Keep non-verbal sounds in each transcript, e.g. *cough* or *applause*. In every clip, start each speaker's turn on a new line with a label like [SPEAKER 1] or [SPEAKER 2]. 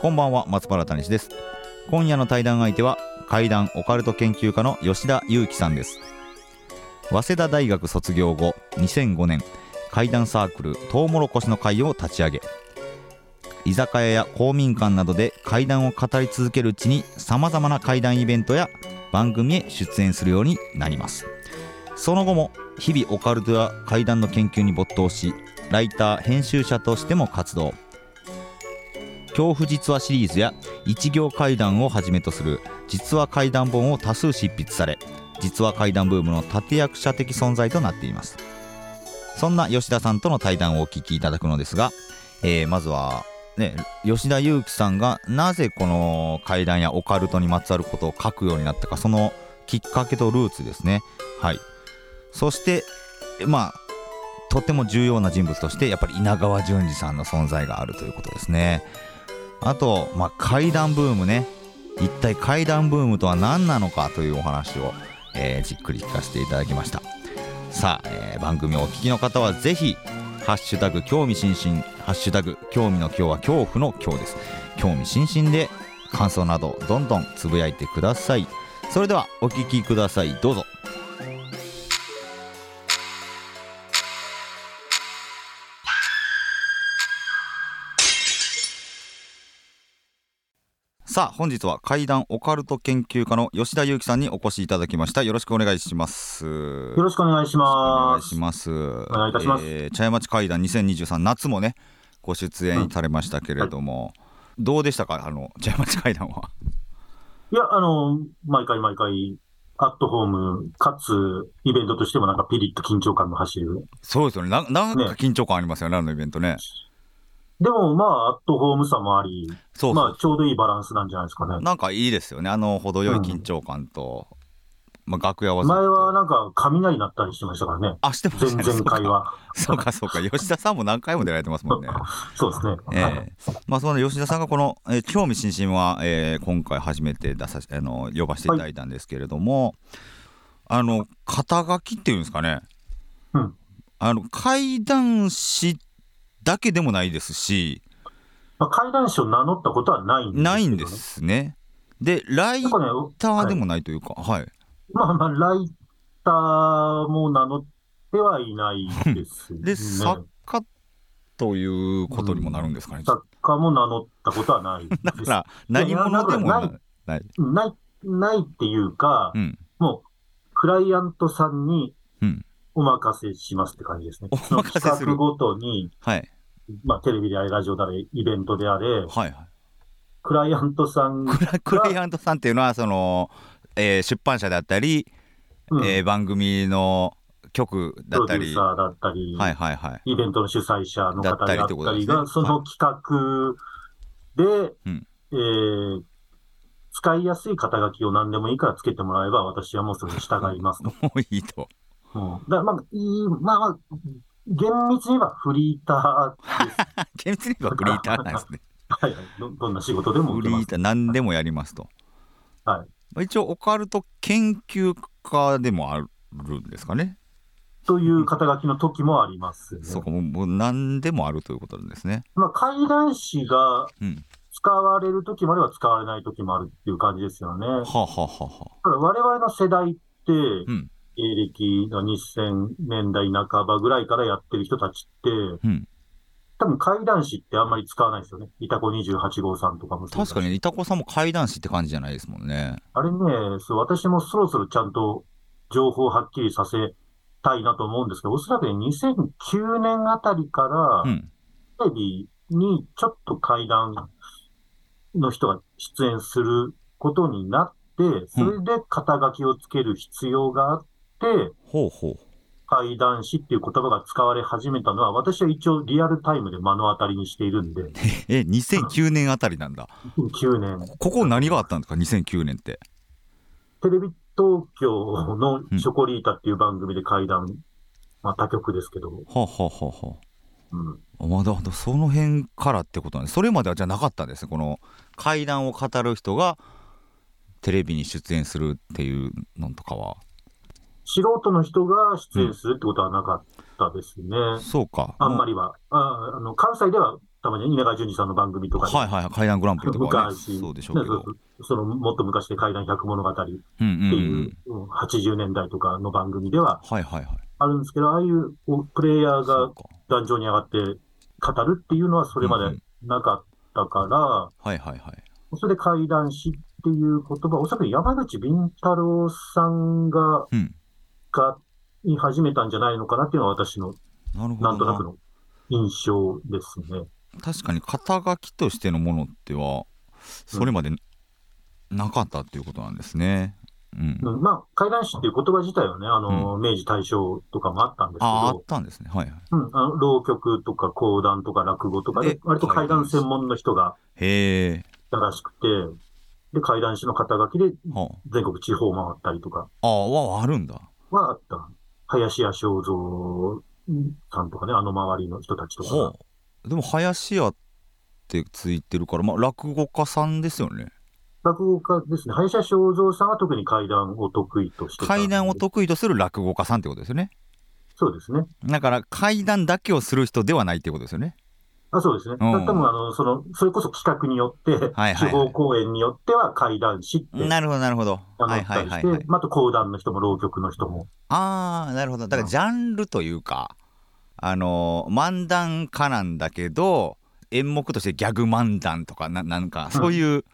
[SPEAKER 1] こんばんは松原谷史です今夜の対談相手は怪談オカルト研究家の吉田裕樹さんです早稲田大学卒業後2005年怪談サークルトウモロコシの会を立ち上げ居酒屋や公民館などで怪談を語り続けるうちにさまざまな怪談イベントや番組へ出演するようになりますその後も日々オカルトや怪談の研究に没頭しライター編集者としても活動恐怖実話シリーズや一行怪談をはじめとする実話怪談本を多数執筆され実話怪談ブームの立役者的存在となっていますそんな吉田さんとの対談をお聞きいただくのですが、えーまずは、ね、吉田裕樹さんがなぜこの怪談やオカルトにまつわることを書くようになったかそのきっかけとルーツですねはいそしてまあとても重要な人物としてやっぱり稲川淳二さんの存在があるということですねあと、まあ、階段ブームね一体階段ブームとは何なのかというお話を、えーじっくり聞かせていただきましたさあ、えー番組をお聞きの方はぜひ「ハッシュタグ興味津々」「ハッシュタグ興味の今日は恐怖の今日です興味津々で感想などどんどんつぶやいてくださいそれではお聞きくださいどうぞさあ本日は怪談オカルト研究家の吉田裕樹さんにお越しいただきましたよろしくお願いします
[SPEAKER 2] よろしくお願いし
[SPEAKER 1] お願
[SPEAKER 2] ま
[SPEAKER 1] い
[SPEAKER 2] す
[SPEAKER 1] し。ます。お
[SPEAKER 2] 願いいたします
[SPEAKER 1] えー茶屋町会談2023夏もね、ご出演されましたけれども、どうでしたかあの茶屋町会談
[SPEAKER 2] *laughs*
[SPEAKER 1] は。
[SPEAKER 2] いや、あの、毎回毎回、アットホーム、かつ、イベントとしてもなんかピリッと緊張感が走る。
[SPEAKER 1] そうですよね。なんなんか
[SPEAKER 2] ね
[SPEAKER 1] 緊張感ありますよね、あのイベントね。
[SPEAKER 2] でも、まあ、アットホームさもあり、
[SPEAKER 1] そうそう
[SPEAKER 2] まあ、ちょうどいいバランスなんじゃないですかね。
[SPEAKER 1] なんかいいですよね。あの程よい緊張感と、まあ楽屋はずっと
[SPEAKER 2] 前はなんか、雷鳴ったりしてましたからね。
[SPEAKER 1] あしてまし
[SPEAKER 2] 前
[SPEAKER 1] たね。
[SPEAKER 2] 々回は。
[SPEAKER 1] そうかそうかそうか吉田さんも何回も出られてますもんね。
[SPEAKER 2] *laughs* そうですね。はい
[SPEAKER 1] ええまあその吉田さんがこの、えー興味津々は、えー今回初めて出さしあの呼ばせていただいたんですけれども、あの肩書きっていうんですかね、
[SPEAKER 2] うん
[SPEAKER 1] あの怪談師だけでもないですし
[SPEAKER 2] まあ、怪談師を名乗ったことはないんです、
[SPEAKER 1] ないんで。すね。でライ
[SPEAKER 2] なんかね、
[SPEAKER 1] ターでもないというかはい、
[SPEAKER 2] まあまあ、ライターも名乗ってはいないです、ね。
[SPEAKER 1] で作家ということにもなるんですかね。
[SPEAKER 2] 作家も名乗ったことはないです。
[SPEAKER 1] だから何者でも
[SPEAKER 2] い
[SPEAKER 1] な
[SPEAKER 2] やない
[SPEAKER 1] ない。
[SPEAKER 2] ない、ないっていうか、
[SPEAKER 1] うん
[SPEAKER 2] もう、クライアントさんに
[SPEAKER 1] うん
[SPEAKER 2] お任せしますって感じですね。
[SPEAKER 1] お任せする
[SPEAKER 2] その企画ごとに、
[SPEAKER 1] はい
[SPEAKER 2] まあ、テレビであれ、ラジオであれ、イベントであれ、
[SPEAKER 1] はいはい。
[SPEAKER 2] クライアントさん、
[SPEAKER 1] クラクライアントさんっていう *laughs* のはその、えー出版社だったり、
[SPEAKER 2] うん
[SPEAKER 1] えー番組の局だ
[SPEAKER 2] プ
[SPEAKER 1] っ
[SPEAKER 2] ロデ
[SPEAKER 1] た
[SPEAKER 2] ュー
[SPEAKER 1] り、
[SPEAKER 2] サ
[SPEAKER 1] は
[SPEAKER 2] ーだったり、
[SPEAKER 1] いはいはい、
[SPEAKER 2] イベントの主催者の
[SPEAKER 1] だ
[SPEAKER 2] 方
[SPEAKER 1] ったり
[SPEAKER 2] だ
[SPEAKER 1] っ
[SPEAKER 2] って
[SPEAKER 1] こと
[SPEAKER 2] た
[SPEAKER 1] です
[SPEAKER 2] り
[SPEAKER 1] ね
[SPEAKER 2] が、その企画で、
[SPEAKER 1] うん
[SPEAKER 2] えー使いやすい肩書きを何でもいいからつけてもらえば、私はもうそれに従いますと。
[SPEAKER 1] もういいと。 *laughs*
[SPEAKER 2] うんだまあ、いいまあまあ、厳密にはフリーターです。
[SPEAKER 1] 厳密に言えばフリーターなんです
[SPEAKER 2] *laughs*
[SPEAKER 1] ね。
[SPEAKER 2] はいはい、どどんな仕事でも
[SPEAKER 1] フ
[SPEAKER 2] 受
[SPEAKER 1] リ
[SPEAKER 2] けま
[SPEAKER 1] ー
[SPEAKER 2] す。
[SPEAKER 1] ター何でもやりますと。
[SPEAKER 2] は
[SPEAKER 1] まあ一応オカルト研究家でもあるんですかね。
[SPEAKER 2] という肩書きの時もあります、ね。
[SPEAKER 1] そうかもうもう何でもあるということなんですね。
[SPEAKER 2] まあ、怪談師が
[SPEAKER 1] うん。
[SPEAKER 2] 使われる時もあれば使われない時もあるっていう感じですよね。
[SPEAKER 1] はあ、はあはあはあ
[SPEAKER 2] ただ我々の世代って、
[SPEAKER 1] ん
[SPEAKER 2] 芸歴の2000年代半ばぐらいからやってる人たちって、
[SPEAKER 1] うん。
[SPEAKER 2] 多分怪談師ってあんまり使わないですよね。イタコ28号さんとかもそうだし
[SPEAKER 1] 確かにイタコさんも怪談師って感じじゃないですもんね。
[SPEAKER 2] あれね、そう、私もそろそろちゃんと情報をはっきりさせたいなと思うんですけど、おそらくね、2009年あたりから、
[SPEAKER 1] うん。
[SPEAKER 2] テレビにちょっと会談の人が出演することになって、それで肩書きをつける必要があって、
[SPEAKER 1] ほうほう。
[SPEAKER 2] 怪談師っていう言葉が使われ始めたのは、私は一応リアルタイムで目の当たりにしているんで、
[SPEAKER 1] *laughs* え2009年あたりなんだ
[SPEAKER 2] 2009年、
[SPEAKER 1] ここ何があったんですか2009年って
[SPEAKER 2] テレビ東京の「ショコリータ」っていう番組で怪談、まあ他局ですけど、
[SPEAKER 1] はあ、はあはあは
[SPEAKER 2] うん、
[SPEAKER 1] あ、まだその辺からってことなんですそれまではじゃなかったんですねこの怪談を語る人がテレビに出演するっていうのとかは
[SPEAKER 2] 素人の人が出演するってことはなかったですね。
[SPEAKER 1] そうか
[SPEAKER 2] あんまりは。ああの関西ではたまに稲川淳二さんの番組とかで、
[SPEAKER 1] はいはいはい怪談グランプリとかはね
[SPEAKER 2] 昔
[SPEAKER 1] そうでしょうけど
[SPEAKER 2] ねそそのもっと昔で怪談百物語っていう、
[SPEAKER 1] うんうんうん
[SPEAKER 2] うん80年代とかの番組では
[SPEAKER 1] はいはいはい
[SPEAKER 2] あるんですけど、ああいうこうプレイヤー
[SPEAKER 1] そ
[SPEAKER 2] が
[SPEAKER 1] うか
[SPEAKER 2] 壇上に上がって語るっていうのはそれま
[SPEAKER 1] うんう
[SPEAKER 2] で
[SPEAKER 1] ん
[SPEAKER 2] なかったから、
[SPEAKER 1] はいはいはい
[SPEAKER 2] それで怪談師っていう言葉、おそらく山口敏太郎さんが、
[SPEAKER 1] うん
[SPEAKER 2] が、に始めたんじゃないのかなっていうのは私の、
[SPEAKER 1] なるほど
[SPEAKER 2] なんとなくの印象ですね。
[SPEAKER 1] 確かに肩書きとしてのものってはそれまでなかったっていうことなんですね。うん
[SPEAKER 2] うん、まあ、怪談師っていう言葉自体はね、あの、明治大正とかもあったんですけ
[SPEAKER 1] あああっ
[SPEAKER 2] ど、
[SPEAKER 1] たんですね。はいはい、
[SPEAKER 2] うん、あの浪曲とか講談とか落語とか
[SPEAKER 1] で
[SPEAKER 2] で、割と怪談専門の人が
[SPEAKER 1] へえ。
[SPEAKER 2] いたらしくて、で、怪談師の肩書きで
[SPEAKER 1] は
[SPEAKER 2] 全国地方を回ったりとか
[SPEAKER 1] あああはあるんだ。
[SPEAKER 2] はあった。林家正蔵さんとかね、あの周りの人たちとかが。
[SPEAKER 1] はあ。でも林家ってついてるからまあ落語家さんですよね。
[SPEAKER 2] 落語家ですね。林家正蔵さんは特に怪談を得意としてたんで
[SPEAKER 1] 階段を得意とする落語家さんってことですよね。
[SPEAKER 2] そうですね。
[SPEAKER 1] だから階段だけをする人ではないってことですよね。
[SPEAKER 2] あそうですね。
[SPEAKER 1] うん
[SPEAKER 2] だ多分あの、その、それこそ企画によって、
[SPEAKER 1] はいはい
[SPEAKER 2] 地方公演によっては怪談師って名
[SPEAKER 1] なるほどなるほど。
[SPEAKER 2] 乗
[SPEAKER 1] はい
[SPEAKER 2] っ
[SPEAKER 1] は
[SPEAKER 2] た
[SPEAKER 1] い
[SPEAKER 2] り
[SPEAKER 1] は
[SPEAKER 2] し
[SPEAKER 1] い、はい
[SPEAKER 2] て、。まああと講談の人も浪曲の人も。
[SPEAKER 1] ああなるほどだからジャンルというか、あのー漫談家なんだけど演目としてギャグ漫談とかななんかそういう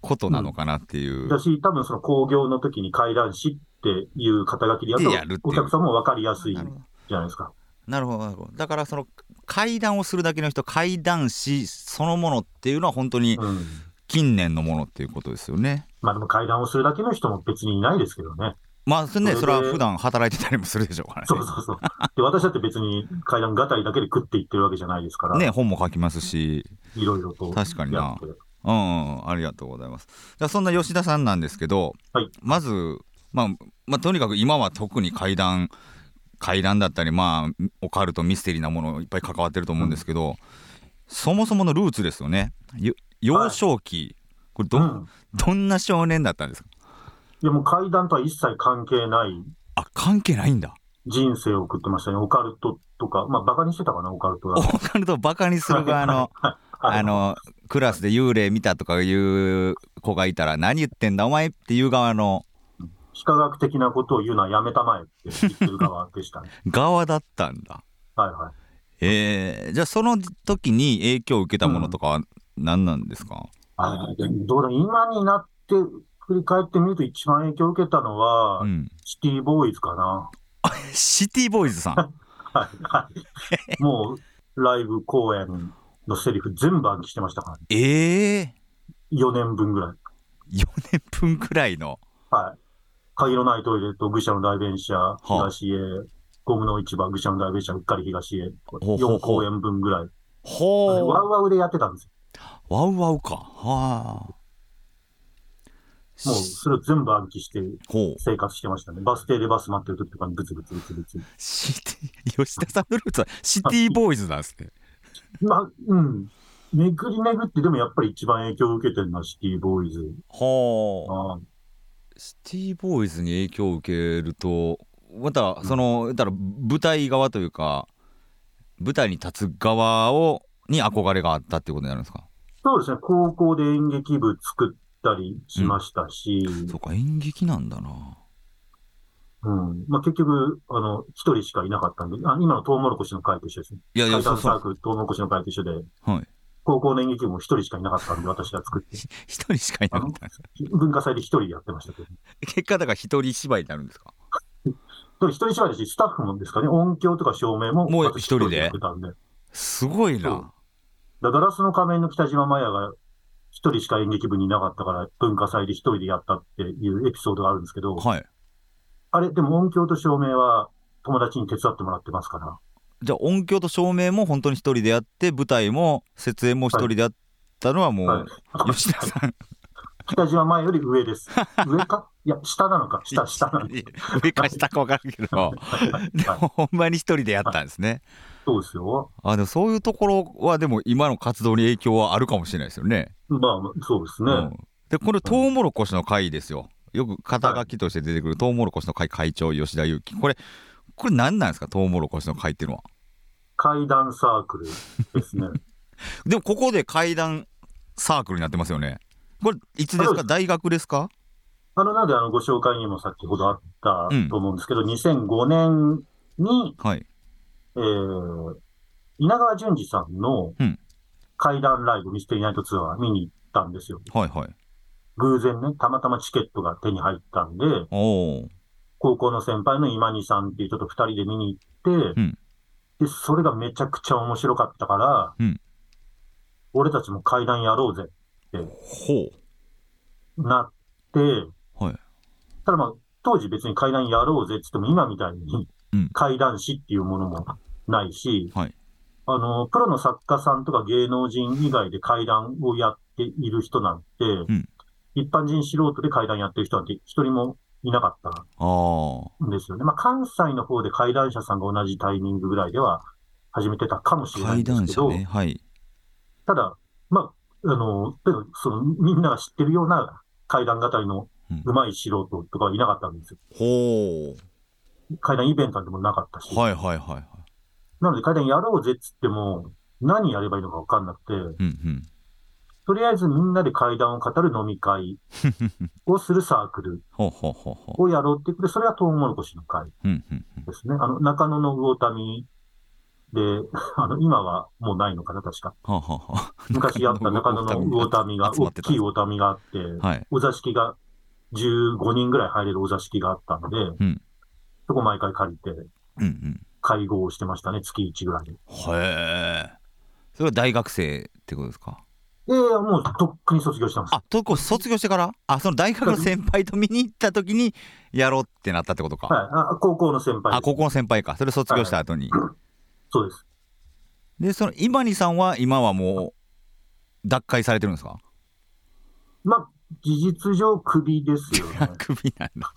[SPEAKER 1] ことなのかなっていう、
[SPEAKER 2] だし、多分その興行の時に怪談師っていう肩書きでやると
[SPEAKER 1] でやるっていう
[SPEAKER 2] お客さんも分かりやすい
[SPEAKER 1] な
[SPEAKER 2] じゃ
[SPEAKER 1] るほど
[SPEAKER 2] ないですか。
[SPEAKER 1] なるほどなるほどだからその怪談をするだけの人怪談師そのものっていうのは本当に
[SPEAKER 2] うん。
[SPEAKER 1] 近年のものっていうことですよね。
[SPEAKER 2] まあでも怪談をするだけの人も別にいないですけどね。
[SPEAKER 1] まあそれ,、ね、そ
[SPEAKER 2] そ
[SPEAKER 1] れ
[SPEAKER 2] れで
[SPEAKER 1] は普段働いてたりもするでしょうから
[SPEAKER 2] そうそうそう。で、私だって別に怪談語りだけで食っていってるわけじゃないですから。
[SPEAKER 1] ね。ね本も書きますし
[SPEAKER 2] いろいろと。
[SPEAKER 1] 確かにな
[SPEAKER 2] やって
[SPEAKER 1] うん、うん、ありがとうございます。じゃあそんな吉田さんなんですけど、
[SPEAKER 2] はい
[SPEAKER 1] まず、まあまあ、とにかく今は特に怪談怪談だったり、まあ、オカルトミステリーなものいっぱい関わってると思うんですけど、そもそものルーツですよねよ幼少期、これど,、
[SPEAKER 2] うん
[SPEAKER 1] どんな少年だったんですか
[SPEAKER 2] いやもう階段とは一切関係ない
[SPEAKER 1] あ関係ないんだ。
[SPEAKER 2] 人生を送ってましたね。オカルトとか、まあバカにしてたかな、オカルト
[SPEAKER 1] オ
[SPEAKER 2] は。
[SPEAKER 1] カルトをバカにする側のあのクラスで幽霊見たとかいう子がいたら何言ってんだお前っていう側の
[SPEAKER 2] 非科学的なことを言うのはやめたまえって言ってる側でしたね。
[SPEAKER 1] 側だったんだ。
[SPEAKER 2] *laughs* はいはい。
[SPEAKER 1] えー、じゃあその時に影響を受けたものとかは何なんですか、
[SPEAKER 2] あでもどうだ、今になって振り返ってみると一番影響を受けたのは、
[SPEAKER 1] うん
[SPEAKER 2] シティボーイズかな。
[SPEAKER 1] シティボーイズさん
[SPEAKER 2] はい *laughs* はい。もうライブ公演のセリフ全部暗記してましたから、ね、
[SPEAKER 1] えー、
[SPEAKER 2] 4年分ぐらい。
[SPEAKER 1] 4年 *laughs* 分くらいの
[SPEAKER 2] はい。鍵のないトイレと愚者の代弁者、東へ、ゴムの市場、愚者の代弁者、うっかり東へ、
[SPEAKER 1] ほうほう
[SPEAKER 2] 4公演分ぐらい。あれ
[SPEAKER 1] ほ
[SPEAKER 2] ワ
[SPEAKER 1] う
[SPEAKER 2] ウワウでやってたんです
[SPEAKER 1] ワウワウかはあ
[SPEAKER 2] よ。もう、それを全部暗記して
[SPEAKER 1] ほう
[SPEAKER 2] 生活してましたね。バス停でバス待ってる時とかにブツブツブツブツ。
[SPEAKER 1] シティ吉田さんのルーツはシティボーイズなんですね
[SPEAKER 2] まあ、うん。巡り巡って、でもやっぱり一番影響を受けてるのはシティボーイズ。
[SPEAKER 1] ほう
[SPEAKER 2] あ
[SPEAKER 1] シティボーイズに影響を受けるとまたそのだから舞台側というか舞台に立つ側をに憧れがあったっていうことになるんですか
[SPEAKER 2] そうですね。高校で演劇部作ったりしましたし、
[SPEAKER 1] そうか演劇なんだな
[SPEAKER 2] うん。まあ結局、あの、一人しかいなかったんで、あ今のトウモロコシの会と一緒ですね。
[SPEAKER 1] いやいや
[SPEAKER 2] 階
[SPEAKER 1] そう
[SPEAKER 2] 段
[SPEAKER 1] そ
[SPEAKER 2] サー
[SPEAKER 1] う
[SPEAKER 2] クル、トウモロコシの会と一緒で、
[SPEAKER 1] はい
[SPEAKER 2] 高校の演劇部も一人しかいなかったんで、私が作って、
[SPEAKER 1] 一人しかいなかった
[SPEAKER 2] 文化祭で一人やってましたけど、
[SPEAKER 1] 結果だから一人芝居になるんですか
[SPEAKER 2] でも一人芝居だし、スタッフもですかね、音響とか照明も
[SPEAKER 1] もう
[SPEAKER 2] 私
[SPEAKER 1] 一人で
[SPEAKER 2] やってたんで、だか
[SPEAKER 1] すごい
[SPEAKER 2] そう
[SPEAKER 1] な
[SPEAKER 2] らガラスの仮面の北島麻也が一人しか演劇部にいなかったから、文化祭で一人でやったっていうエピソードがあるんですけど、
[SPEAKER 1] はい
[SPEAKER 2] あれ、でも音響と照明は友達に手伝ってもらってますから。
[SPEAKER 1] じゃあ音響と照明も本当に一人でやって舞台も設営も一人でやったのはも、
[SPEAKER 2] はいう
[SPEAKER 1] 吉田さん
[SPEAKER 2] 北島前より上です。上かいや、下なのか。下、下なのか。
[SPEAKER 1] *laughs* いや *laughs* 上か下か分からん
[SPEAKER 2] *laughs*
[SPEAKER 1] けどでもほんまに一人でやったんですね
[SPEAKER 2] そうですよ。
[SPEAKER 1] あでもそういうところはでも今の活動に影響はあるかもしれないですよね
[SPEAKER 2] まあ、そうですね。
[SPEAKER 1] うん、でこれトウモロコシの会ですよよく肩書きとして出てくるトウモロコシの会会長吉田裕樹これこれ何なんですかトウモロコシの会っていうのは
[SPEAKER 2] 階段サークルです
[SPEAKER 1] *laughs*
[SPEAKER 2] ね。
[SPEAKER 1] でもここで階段サークルになってますよねこれいつです
[SPEAKER 2] そうで
[SPEAKER 1] か大学ですか
[SPEAKER 2] あの、なので、あの、ご紹介にも先ほどあったと思うんですけど、2005年に、
[SPEAKER 1] はい
[SPEAKER 2] えー、稲川淳二さんの
[SPEAKER 1] うん
[SPEAKER 2] 階段ライブ、ミステリーナイトツアー見に行ったんですよ。
[SPEAKER 1] はいはい
[SPEAKER 2] 偶然ね、たまたまチケットが手に入ったんで、
[SPEAKER 1] おお
[SPEAKER 2] 高校の先輩の今にさんっていう人と二人で見に行って、
[SPEAKER 1] うん
[SPEAKER 2] で、それがめちゃくちゃ面白かったから、
[SPEAKER 1] うん
[SPEAKER 2] 俺たちも階段やろうぜ、
[SPEAKER 1] ほ
[SPEAKER 2] なって、
[SPEAKER 1] うはい
[SPEAKER 2] ただまあ、当時別に階段やろうぜって言っても、今みたいに
[SPEAKER 1] うん
[SPEAKER 2] 階段師っていうものもないし、
[SPEAKER 1] はい
[SPEAKER 2] あの、プロの作家さんとか芸能人以外で階段をやっている人なんて、
[SPEAKER 1] ん
[SPEAKER 2] 一般人素人で階段やってる人なんて一人もいなかった
[SPEAKER 1] あー
[SPEAKER 2] んですよね。まあ、関西の方で階段者さんが同じタイミングぐらいでは始めてたかもしれない
[SPEAKER 1] 階
[SPEAKER 2] んです
[SPEAKER 1] 段
[SPEAKER 2] け
[SPEAKER 1] 者
[SPEAKER 2] ど、
[SPEAKER 1] ねはい
[SPEAKER 2] ただ、まあ、あの、でもそのみんなが知ってるような階段語りの上手い素人とかはいなかったんですよ。
[SPEAKER 1] ほう
[SPEAKER 2] 階段イベントなんてもなかったし。
[SPEAKER 1] はいはいはいはい
[SPEAKER 2] なので階段やろうぜっつっても、何やればいいのか分かんなくて、
[SPEAKER 1] うんうん
[SPEAKER 2] とりあえずみんなで階段を語る飲
[SPEAKER 1] *laughs*
[SPEAKER 2] み会をするサークル
[SPEAKER 1] ほうほうほうほ
[SPEAKER 2] をやろうっていうことで、それはトウモロコシの会
[SPEAKER 1] ううんうんうん
[SPEAKER 2] ですね。あの、中野の魚民で、 *laughs* あの、今はもうないのかな、確か。
[SPEAKER 1] はあはあはあ
[SPEAKER 2] 昔あった中野の魚民が、
[SPEAKER 1] 集ま
[SPEAKER 2] 大
[SPEAKER 1] ってたん
[SPEAKER 2] き
[SPEAKER 1] で
[SPEAKER 2] い
[SPEAKER 1] す
[SPEAKER 2] 魚民があって、
[SPEAKER 1] はい
[SPEAKER 2] お座敷が15人ぐらい入れるお座敷があったので、
[SPEAKER 1] ん
[SPEAKER 2] そこ毎回借りて
[SPEAKER 1] うんうん
[SPEAKER 2] 会合をしてましたね、月1ぐらいで。
[SPEAKER 1] へえ。それは大学生ってことですか。
[SPEAKER 2] ええもうとっくに卒業してます。
[SPEAKER 1] あ、とこ卒業してから、あ、その大学の先輩と見に行った時にやろうってなったってことか。
[SPEAKER 2] はい、あ高校の先輩です
[SPEAKER 1] あ、高校の先輩か。それ卒業した後に。
[SPEAKER 2] そうです。
[SPEAKER 1] で、その今にさんは今はもう脱会されてるんですか。。
[SPEAKER 2] まあ、事実上、クビですよね
[SPEAKER 1] クビなんだ。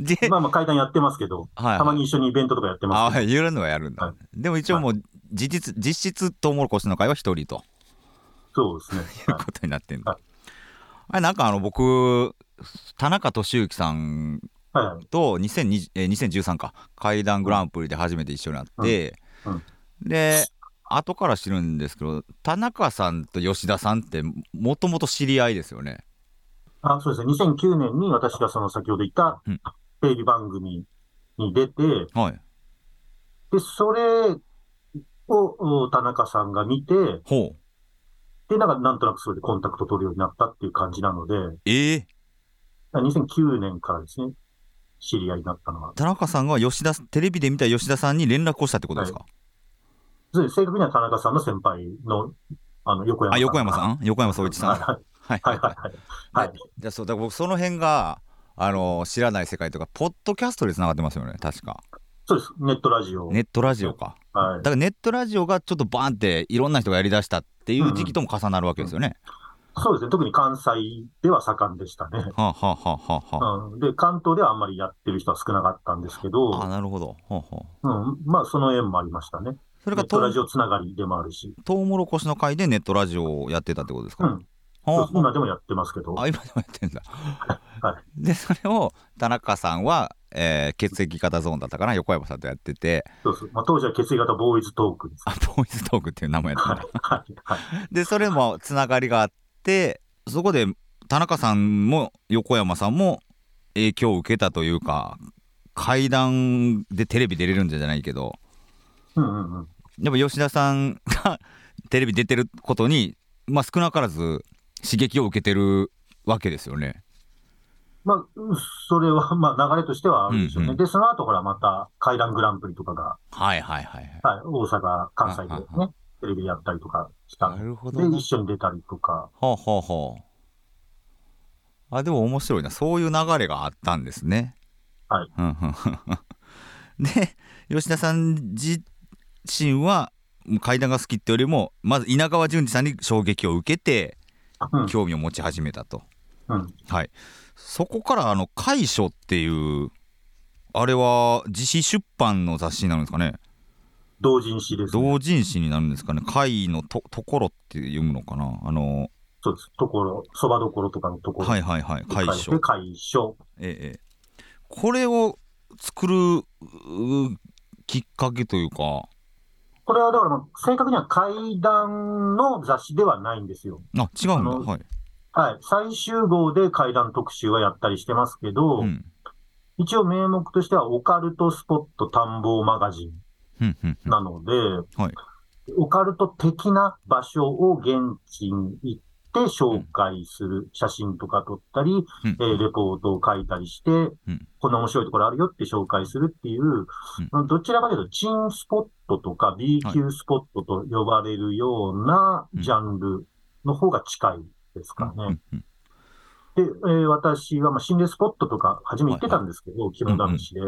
[SPEAKER 1] で、
[SPEAKER 2] *laughs* まあまあ、階段やってますけど、
[SPEAKER 1] はいはい
[SPEAKER 2] たまに一緒にイベントとかやって
[SPEAKER 1] あ、
[SPEAKER 2] ます
[SPEAKER 1] はい、やるのはやるんだ。
[SPEAKER 2] は
[SPEAKER 1] でも一応もう事実実質トウモロコシの会は一人と。
[SPEAKER 2] けど、そうですね。はい
[SPEAKER 1] ことになってんだ。
[SPEAKER 2] は
[SPEAKER 1] あれなんかあの僕田中俊之さん
[SPEAKER 2] はいはい。
[SPEAKER 1] と2020えー2013か怪談グランプリで初めて一緒になって、
[SPEAKER 2] うんうん
[SPEAKER 1] で後から知るんですけど田中さんと吉田さんってもともと知り合いですよね
[SPEAKER 2] あそうですね。2009年に私がその先ほど言った
[SPEAKER 1] うん
[SPEAKER 2] テレビ番組に出て、
[SPEAKER 1] はい
[SPEAKER 2] で、それをお田中さんが見て、
[SPEAKER 1] ほう
[SPEAKER 2] で、なんか、なんとなくそれでコンタクト取るようになったっていう感じなので、
[SPEAKER 1] ええ
[SPEAKER 2] 2009年からですね、知り合いになったのは。
[SPEAKER 1] 田中さんが吉田テレビで見た吉田さんに連絡をしたってことですか、
[SPEAKER 2] そうです正確には田中さんの先輩の、あの、横山さん。
[SPEAKER 1] あ横山さん横山総一さん
[SPEAKER 2] はい
[SPEAKER 1] はいはい
[SPEAKER 2] は
[SPEAKER 1] はいい
[SPEAKER 2] はいはい。はい。
[SPEAKER 1] じゃあそうだから僕その辺があの知らない世界とかポッドキャストでつながってますよね確か
[SPEAKER 2] そうです。ネットラジオ。
[SPEAKER 1] ネットラジオか
[SPEAKER 2] はい
[SPEAKER 1] だ。からネットラジオがちょっとバーンっていろんな人がやりだしたっていう時期とも重なるわけですよね、
[SPEAKER 2] そうですね。特に関西では盛んでしたね。
[SPEAKER 1] はあはあはあはあはあ
[SPEAKER 2] うん、で、関東ではあんまりやってる人は少なかったんですけど、
[SPEAKER 1] あなるほど、ほうほう
[SPEAKER 2] うん、まあ、その縁もありましたね。
[SPEAKER 1] それ
[SPEAKER 2] ネ
[SPEAKER 1] が
[SPEAKER 2] ット
[SPEAKER 1] と
[SPEAKER 2] ラ
[SPEAKER 1] う
[SPEAKER 2] ジオつながりでもあるし、
[SPEAKER 1] とうもろこしの会でネットラジオをやってたってことですか、
[SPEAKER 2] うん
[SPEAKER 1] ほう
[SPEAKER 2] そう今でもやってますけど、
[SPEAKER 1] あ今でもやってんだ、
[SPEAKER 2] *laughs* は
[SPEAKER 1] でそれを田中さんは、えー血液型ゾーンだったかな横山さんとやってて
[SPEAKER 2] そうそうまあ、当時は血液型ボーイズトークです。
[SPEAKER 1] あボーイズトークっていう名前やったんだ
[SPEAKER 2] はいはい
[SPEAKER 1] でそれもつながりがあってそこで田中さんも横山さんも影響を受けたというか階段でテレビ出れるんじゃないけど
[SPEAKER 2] うんうんうん、
[SPEAKER 1] でも吉田さんが *laughs* テレビ出てることに、まあ、少なからず刺激を受けてるわけですよね。
[SPEAKER 2] まあ、それはまあ流れとしてはあるでしょうね。
[SPEAKER 1] うんうん
[SPEAKER 2] で、その後ほら、また怪談グランプリとかが、
[SPEAKER 1] はいはいはい。
[SPEAKER 2] はい、大阪、関西で
[SPEAKER 1] ああ
[SPEAKER 2] ね、テレビでやったりとかしたんで。
[SPEAKER 1] るほ
[SPEAKER 2] で、一緒に出たりとか、
[SPEAKER 1] ほうほうほう。あでも面白いなそういう流れがあったんですね。
[SPEAKER 2] はい
[SPEAKER 1] うんうんうんうん。 *laughs* で吉田さん自身はもう怪談が好きってよりもまず稲川淳二さんに衝撃を受けて
[SPEAKER 2] うん
[SPEAKER 1] 興味を持ち始めたと、
[SPEAKER 2] うん
[SPEAKER 1] はいそこからあの「怪書」っていうあれは自費出版の雑誌になるんですかね
[SPEAKER 2] 同人誌です、ね。
[SPEAKER 1] 同人誌になるんですかね「怪」のとところって読むのかなあの
[SPEAKER 2] そうです。ところ、そばどころとかのところ。
[SPEAKER 1] はいはいはい「怪書」
[SPEAKER 2] で、解消。
[SPEAKER 1] ええ、これを作るうーきっかけというか
[SPEAKER 2] これはだからもう、正確には怪談の雑誌ではないんですよ。
[SPEAKER 1] あ違うんだ
[SPEAKER 2] あの
[SPEAKER 1] はい、
[SPEAKER 2] はい。最終号で怪談特集はやったりしてますけど、
[SPEAKER 1] うん
[SPEAKER 2] 一応名目としてはオカルトスポット探訪マガジン
[SPEAKER 1] うんうんうん
[SPEAKER 2] なので、
[SPEAKER 1] はい
[SPEAKER 2] オカルト的な場所を現地に行って紹介する写真とか撮ったり、
[SPEAKER 1] うん
[SPEAKER 2] えーレポートを書いたりして、
[SPEAKER 1] ん
[SPEAKER 2] こんな面白いところあるよって紹介するっていう、どちらかというと、チンスポットとか B 級スポットと呼ばれるようなジャンルの方が近いですかね。
[SPEAKER 1] うんうん
[SPEAKER 2] で、えー私は、まあ、心霊スポットとか、初め行ってたんですけど、肝試しで。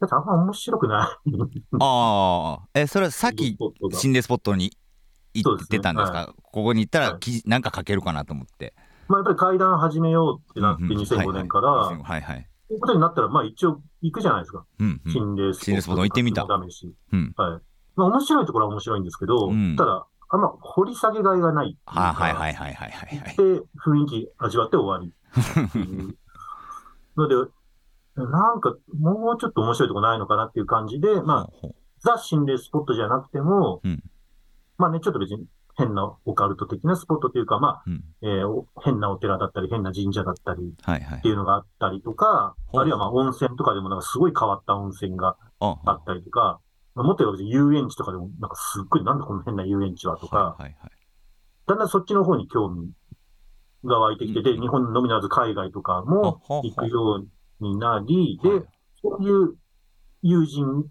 [SPEAKER 2] だってあんま面白くない。
[SPEAKER 1] ああえそれはさっき
[SPEAKER 2] スポットが
[SPEAKER 1] 心霊スポットに行
[SPEAKER 2] そう
[SPEAKER 1] っ
[SPEAKER 2] ですね
[SPEAKER 1] てたんですかここに行ったら
[SPEAKER 2] はい
[SPEAKER 1] 記事なんか書けるかなと思って、
[SPEAKER 2] まあ、やっぱり階段始めようってなって、
[SPEAKER 1] うんうん
[SPEAKER 2] 2005年か
[SPEAKER 1] はいは
[SPEAKER 2] ら、
[SPEAKER 1] いはいはい
[SPEAKER 2] ということになったら、まあ一応行くじゃないですか。
[SPEAKER 1] うんうん
[SPEAKER 2] 心霊スポット。
[SPEAKER 1] 心霊スポット行ってみた
[SPEAKER 2] 肝試し。
[SPEAKER 1] うん
[SPEAKER 2] はい。まあ面白いところは面白いんですけど、
[SPEAKER 1] うん
[SPEAKER 2] ただ、あんま掘り下げがいがないっていうか。
[SPEAKER 1] あーはいはいはいはいはいはい
[SPEAKER 2] で、雰囲気味わって終わりって
[SPEAKER 1] *laughs*
[SPEAKER 2] いう。ので、なんか、もうちょっと面白いとこないのかなっていう感じで、まあ、
[SPEAKER 1] ほうほ
[SPEAKER 2] ザ・心霊スポットじゃなくても、
[SPEAKER 1] うん
[SPEAKER 2] まあね、ちょっと別に変なオカルト的なスポットというか、まあ、
[SPEAKER 1] ううん
[SPEAKER 2] えーお変なお寺だったり、変な神社だったり
[SPEAKER 1] はいはい
[SPEAKER 2] っていうのがあったりとか、
[SPEAKER 1] ほう
[SPEAKER 2] あるいはまあ温泉とかでもなんかすごい変わった温泉が
[SPEAKER 1] あ
[SPEAKER 2] あったりとか、まあもっと言えば別に遊園地とかでもなんかすっごいなんでこの変な遊園地はとか、
[SPEAKER 1] はいはいはい
[SPEAKER 2] だんだんそっちの方に興味が湧いてきてて、
[SPEAKER 1] うん
[SPEAKER 2] 日本のみならず海外とか
[SPEAKER 1] あ
[SPEAKER 2] も
[SPEAKER 1] ほうほう
[SPEAKER 2] 行くようになり、で、
[SPEAKER 1] はい
[SPEAKER 2] そういう友人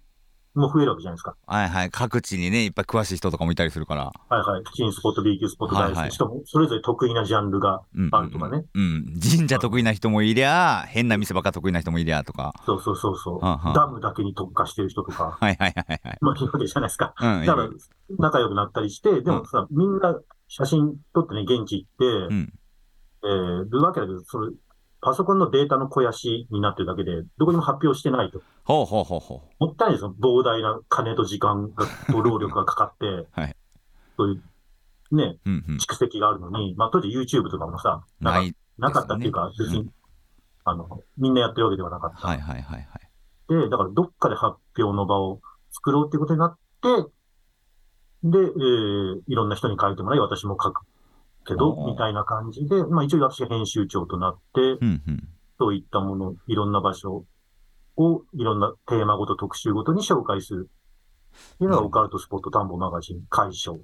[SPEAKER 2] も増えるわけじゃないですか。
[SPEAKER 1] はいはい各地にねいっぱい詳しい人とかもいたりするから
[SPEAKER 2] はいはい。新スポット、B 級スポット大好き。
[SPEAKER 1] はいはい
[SPEAKER 2] しかも、それぞれ得意なジャンルが
[SPEAKER 1] うんうんうん
[SPEAKER 2] あるとかね。
[SPEAKER 1] うん、神社得意な人もいりゃ変な店ばっか得意な人もいりゃとか
[SPEAKER 2] そうそうそうそう。
[SPEAKER 1] はあはあ
[SPEAKER 2] ダムだけに特化してる人とか、
[SPEAKER 1] はいはいはいはい
[SPEAKER 2] まあ、いるわけじゃないですか。
[SPEAKER 1] うんい
[SPEAKER 2] だ
[SPEAKER 1] る
[SPEAKER 2] から、仲良くなったりして、でもさ、みんな写真撮ってね、現地行って、
[SPEAKER 1] うん
[SPEAKER 2] えー、るわけだけど、それ、パソコンのデータの肥やしになってるだけで、どこにも発表してないと。
[SPEAKER 1] ほうほうほうほう
[SPEAKER 2] もったいないですよ。膨大な金と時間がと労力がかかって、
[SPEAKER 1] *laughs* はい
[SPEAKER 2] そういう、ね、
[SPEAKER 1] うんうん
[SPEAKER 2] 蓄積があるのに、まあ、当時 YouTube とかもさ、なんか
[SPEAKER 1] ない
[SPEAKER 2] なかったっていうか、
[SPEAKER 1] すね
[SPEAKER 2] 別
[SPEAKER 1] う
[SPEAKER 2] に、あの、みんなやってるわけではなかった。
[SPEAKER 1] はいはいはいはい
[SPEAKER 2] で、だからどっかで発表の場を作ろうっていうことになって、で、えーいろんな人に書いてもらい、私も書くけど
[SPEAKER 1] お、ー
[SPEAKER 2] みたいな感じで、まあ一応私が編集長となって、
[SPEAKER 1] うんうん
[SPEAKER 2] そういったもの、いろんな場所を、いろんなテーマごと、特集ごとに紹介する。っていうのが
[SPEAKER 1] うん
[SPEAKER 2] オカルトスポット、田んぼマガジン、解消っ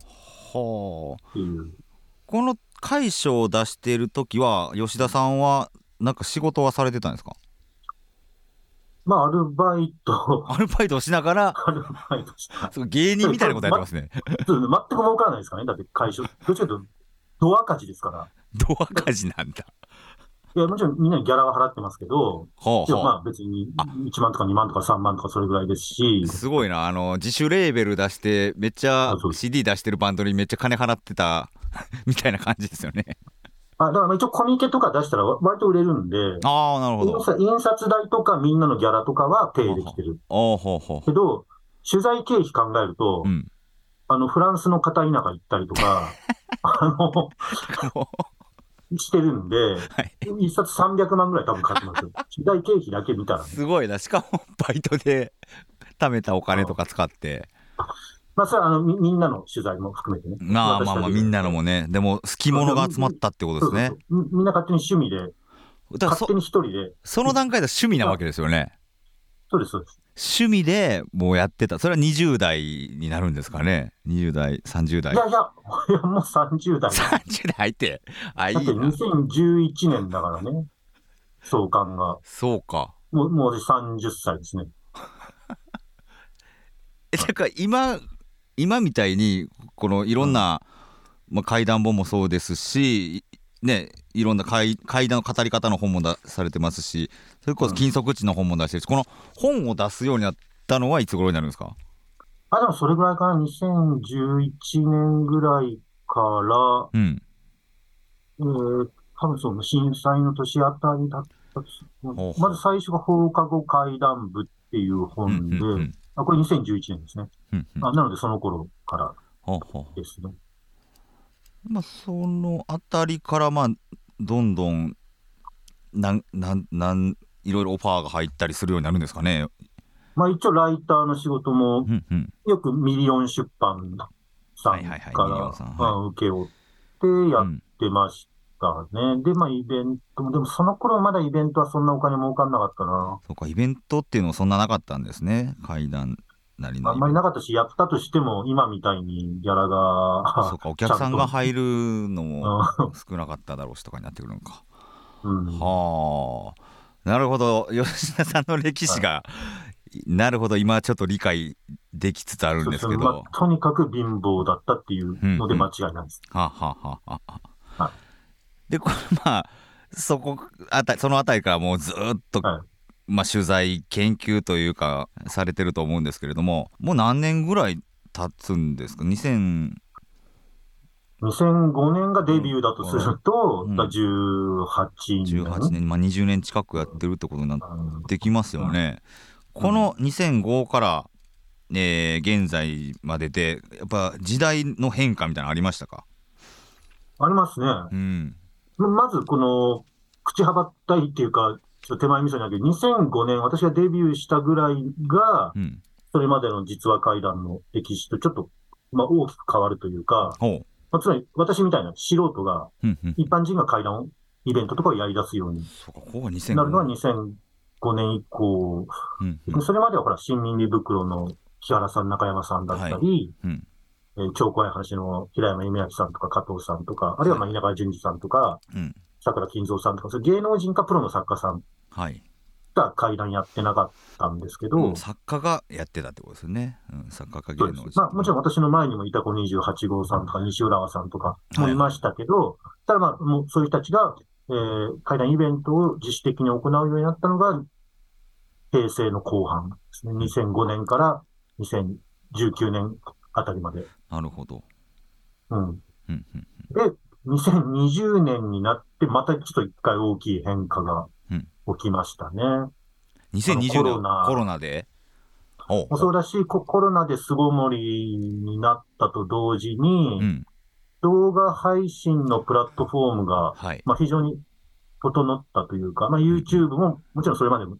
[SPEAKER 1] ほう
[SPEAKER 2] ていう。
[SPEAKER 1] この解消を出してる時は吉田さんはなんか仕事はされてたんですか
[SPEAKER 2] まあ、アルバイト、 *laughs*
[SPEAKER 1] アルバイトをしながら
[SPEAKER 2] アルバイト
[SPEAKER 1] *laughs*
[SPEAKER 2] した。
[SPEAKER 1] すごい芸人みたいなことやってますね
[SPEAKER 2] そう全く儲からないですからね。だって解消、どっちかというと、ド赤字ですから。
[SPEAKER 1] ドアかじなんだ
[SPEAKER 2] いや、もちろんみんなにギャラは払ってますけど、
[SPEAKER 1] ほう
[SPEAKER 2] でもま
[SPEAKER 1] ほ
[SPEAKER 2] あ別に
[SPEAKER 1] あ
[SPEAKER 2] 1万とか2万とか3万とかそれぐらいですし
[SPEAKER 1] う、すごいなあの自主レーベル出してめっちゃ
[SPEAKER 2] あそうです
[SPEAKER 1] CD 出してるバンドにめっちゃ金払ってた *laughs* みたいな感じですよね
[SPEAKER 2] あだからまあ一応コミケとか出したらわ割と売れるんで、
[SPEAKER 1] ああなるほ
[SPEAKER 2] 印
[SPEAKER 1] ど
[SPEAKER 2] 刷印刷代とかみんなのギャラとかはペイできてる
[SPEAKER 1] おーほうほうほ
[SPEAKER 2] けど、取材経費考えると、
[SPEAKER 1] ううん
[SPEAKER 2] あのフランスの片田舎行ったりと
[SPEAKER 1] *laughs*
[SPEAKER 2] か、あ
[SPEAKER 1] も
[SPEAKER 2] の、してるんで、
[SPEAKER 1] はい
[SPEAKER 2] 一冊300万ぐらい多分かきます
[SPEAKER 1] *laughs*
[SPEAKER 2] よ。取材経費だけ見たら。
[SPEAKER 1] *laughs* すごいなしかもバイトで *laughs* 貯めたお金とか使って
[SPEAKER 2] まあそれはあのみみんなの取材も含めてね。
[SPEAKER 1] まあまあまあみんなの
[SPEAKER 2] も
[SPEAKER 1] もねでも好き者が集まったってことですね
[SPEAKER 2] みみんな勝手に趣味で、
[SPEAKER 1] だから
[SPEAKER 2] 勝
[SPEAKER 1] そ
[SPEAKER 2] 手に一人で、
[SPEAKER 1] その段階では趣味なわけですよね
[SPEAKER 2] そうです、そうです。
[SPEAKER 1] 趣味でもうやってたそれは20代になるんですかね20代30代
[SPEAKER 2] い
[SPEAKER 1] *laughs*
[SPEAKER 2] やいや、いやもう30代。
[SPEAKER 1] 30代入ってあいい
[SPEAKER 2] だって
[SPEAKER 1] な
[SPEAKER 2] 2011年だからね、創刊が。
[SPEAKER 1] そうか
[SPEAKER 2] もう、もう私30歳ですね。
[SPEAKER 1] えだから今今みたいにこのいろんな、まあ、怪談本もそうですしねいろんな怪怪談の語り方の本も出されてますしそれこそ金属地の本も出してるし、この本を出すようになったのはいつ頃になるんですか
[SPEAKER 2] あ、でもそれぐらいかな、2011年ぐらいから、
[SPEAKER 1] うん
[SPEAKER 2] えー、多分その震災の年あたりだったと
[SPEAKER 1] ほうほう
[SPEAKER 2] まず最初が放課後怪談部っていう
[SPEAKER 1] うん
[SPEAKER 2] 本で、
[SPEAKER 1] うんうん
[SPEAKER 2] あこれ2011年ですね。
[SPEAKER 1] うんうん
[SPEAKER 2] あなのでその頃から
[SPEAKER 1] ほうほう
[SPEAKER 2] ですね。
[SPEAKER 1] まあ、そのあたりからまあどんどんなんなんなんいろいろオファーが入ったりするようになるんですかね。
[SPEAKER 2] まあ一応ライターの仕事も
[SPEAKER 1] うんうん
[SPEAKER 2] よくミリオン出版さん
[SPEAKER 1] はいはい
[SPEAKER 2] か
[SPEAKER 1] はいミリオンさん
[SPEAKER 2] ら
[SPEAKER 1] はい
[SPEAKER 2] まあ受け負ってや
[SPEAKER 1] う
[SPEAKER 2] っ
[SPEAKER 1] ん
[SPEAKER 2] てましたね。で、まあイベントも、でもその頃まだイベントはそんなお金儲かんなかったな。
[SPEAKER 1] そうかイベントっていうのはそんななかったんですね階段なりの
[SPEAKER 2] あんまりなかったし、やったとしても今みたいにギャラが、
[SPEAKER 1] そうかお客さんが入るのも
[SPEAKER 2] う
[SPEAKER 1] 少なかっただろうしとかになってくるのか。
[SPEAKER 2] んうん
[SPEAKER 1] はあなるほど吉田さんの歴史が、なるほど今ちょっと理解できつつあるんですけど。
[SPEAKER 2] そうそうまあとにかく貧乏だったっていうので間違いないです。
[SPEAKER 1] はあ、はあはあはあ
[SPEAKER 2] は
[SPEAKER 1] でこれまあそこあたその辺りからもうずーっと、
[SPEAKER 2] はい
[SPEAKER 1] まあ、取材研究というかされてると思うんですけれどももう何年ぐらい経つんですか2000
[SPEAKER 2] 2005年がデビューだとすると、
[SPEAKER 1] うん
[SPEAKER 2] だ18年。
[SPEAKER 1] 18年、まあ、20年近くやってるってことになっ
[SPEAKER 2] うん
[SPEAKER 1] てきますよね。この2005から、えー現在まででやっぱ時代の変化みたいなのありましたか、
[SPEAKER 2] ありますね。
[SPEAKER 1] うん
[SPEAKER 2] ままず、この、口はばったいっていうか、ちょっと手前味噌になるけど、2005年、私がデビューしたぐらいが、
[SPEAKER 1] うん、
[SPEAKER 2] それまでの実話怪談の歴史とちょっと、まあ、大きく変わるというか、
[SPEAKER 1] ほう
[SPEAKER 2] まあ、つまり私みたいな素人が、
[SPEAKER 1] うんうん
[SPEAKER 2] 一般人が怪談を、イベントとかをやり出すように
[SPEAKER 1] そうかここが
[SPEAKER 2] なるのは
[SPEAKER 1] 2005
[SPEAKER 2] 2005年以降
[SPEAKER 1] うんうん
[SPEAKER 2] でそれまではほら、新耳袋の木原さん、中山さんだったり、
[SPEAKER 1] はうん
[SPEAKER 2] えー超怖い話の平山夢明さんとか加藤さんとか、あるいはまあ稲川淳二さんとか、
[SPEAKER 1] うん
[SPEAKER 2] 桜金蔵さんとか、それ芸能人かプロの作家さん
[SPEAKER 1] はい
[SPEAKER 2] が怪談やってなかったんですけど、
[SPEAKER 1] 作家がやってたってことですよね、うん、作家か
[SPEAKER 2] そ
[SPEAKER 1] 芸
[SPEAKER 2] うで
[SPEAKER 1] 能
[SPEAKER 2] すまあ、もちろん
[SPEAKER 1] ん
[SPEAKER 2] 私の前にもいた子28号さんとか西浦和さんとか
[SPEAKER 1] は
[SPEAKER 2] も
[SPEAKER 1] い
[SPEAKER 2] いましたけど、ただまあ、もうそういう人たちが、えー、怪談イベントを自主的に行うようになったのが、平成の後半ですね。2005年から2019年あたりまで。
[SPEAKER 1] なるほど、
[SPEAKER 2] うん。
[SPEAKER 1] うんうん
[SPEAKER 2] で、2020年になって、またちょっと一回大きい変化が
[SPEAKER 1] うん
[SPEAKER 2] 起きました
[SPEAKER 1] う
[SPEAKER 2] ね。
[SPEAKER 1] ん、2020年
[SPEAKER 2] コロナ
[SPEAKER 1] コロナでお
[SPEAKER 2] もうそうだしいココロナで巣ごもりになったと同時に、
[SPEAKER 1] うん
[SPEAKER 2] 動画配信のプラットフォームが、
[SPEAKER 1] はい
[SPEAKER 2] まあ、非常に整ったというか、まあ、YouTube ももちろんそれまでもず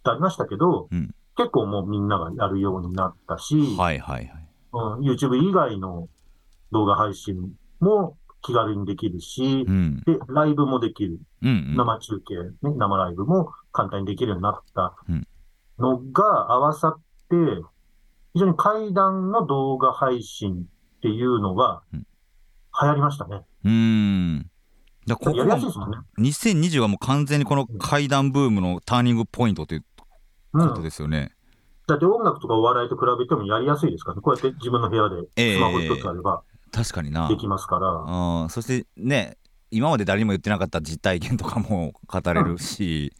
[SPEAKER 2] っとありましたけど、
[SPEAKER 1] うん
[SPEAKER 2] 結構もうみんながやるようになったし、
[SPEAKER 1] はいはいはい
[SPEAKER 2] うん、YouTube 以外の動画配信も気軽にできるし
[SPEAKER 1] う、ん
[SPEAKER 2] で、ライブもできる。
[SPEAKER 1] うんうん
[SPEAKER 2] 生中継、ね、生ライブも簡単にできるようになった
[SPEAKER 1] うん
[SPEAKER 2] のが合わさって、非常に怪談の動画配信っていうのが
[SPEAKER 1] う
[SPEAKER 2] 流
[SPEAKER 1] ん
[SPEAKER 2] 行りましたね。
[SPEAKER 1] うんじゃあここ
[SPEAKER 2] やり
[SPEAKER 1] は
[SPEAKER 2] やすいですもんね。
[SPEAKER 1] 2020はもう完全にこの怪談ブームのターニングポイントという
[SPEAKER 2] う
[SPEAKER 1] こ
[SPEAKER 2] ん
[SPEAKER 1] と、ですよね、
[SPEAKER 2] だって音楽とかお笑いと比べてもやりやすいですからね。こうやって自分の部屋
[SPEAKER 1] ええ
[SPEAKER 2] でスマホ一つあれば
[SPEAKER 1] 確かにな
[SPEAKER 2] できますから。
[SPEAKER 1] あーそしてね今まで誰にも言ってなかった実体験とかも語れるし、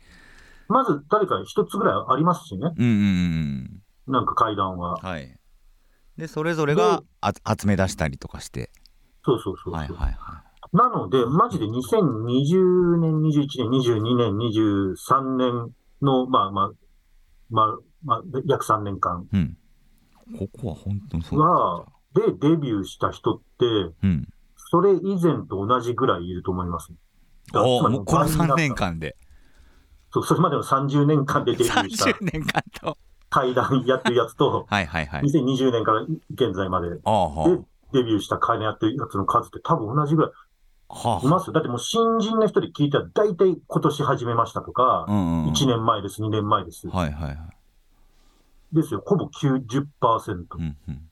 [SPEAKER 2] まず誰か一つぐらいありますしね。
[SPEAKER 1] うん、うんうん
[SPEAKER 2] なんか怪談は。
[SPEAKER 1] うんはいでそれぞれがあ集め出したりとかして
[SPEAKER 2] そうそうそうそう。
[SPEAKER 1] はいはいは
[SPEAKER 2] なので、マジで2020年、21年、22年、23年の、まあまあ、まあ、まあ、で約3年間
[SPEAKER 1] い。うん。ここは本当にそうだっ
[SPEAKER 2] は、でデビューした人って、
[SPEAKER 1] た。うん。
[SPEAKER 2] それ以前と同じぐらいいると思います。だ
[SPEAKER 1] お
[SPEAKER 2] つま
[SPEAKER 1] お、
[SPEAKER 2] り
[SPEAKER 1] もうこの
[SPEAKER 2] 倍に
[SPEAKER 1] 3
[SPEAKER 2] なった
[SPEAKER 1] 年間で。
[SPEAKER 2] そう、それまでの30年間でデビューした
[SPEAKER 1] 30年間と。
[SPEAKER 2] 怪談やってるやつと、
[SPEAKER 1] はいはいはい。
[SPEAKER 2] 2020年から現在まで
[SPEAKER 1] ああは
[SPEAKER 2] デビューした怪談やってるやつの数って多分同じぐらい
[SPEAKER 1] あ。はいあは
[SPEAKER 2] ますよ。だってもう新人の人で聞いたら大体今年始めましたと
[SPEAKER 1] あ。う
[SPEAKER 2] か、
[SPEAKER 1] んうん。
[SPEAKER 2] 1年前です、2年前です。
[SPEAKER 1] はいはいはい。
[SPEAKER 2] ですよ、ほぼ90%。
[SPEAKER 1] うんうん。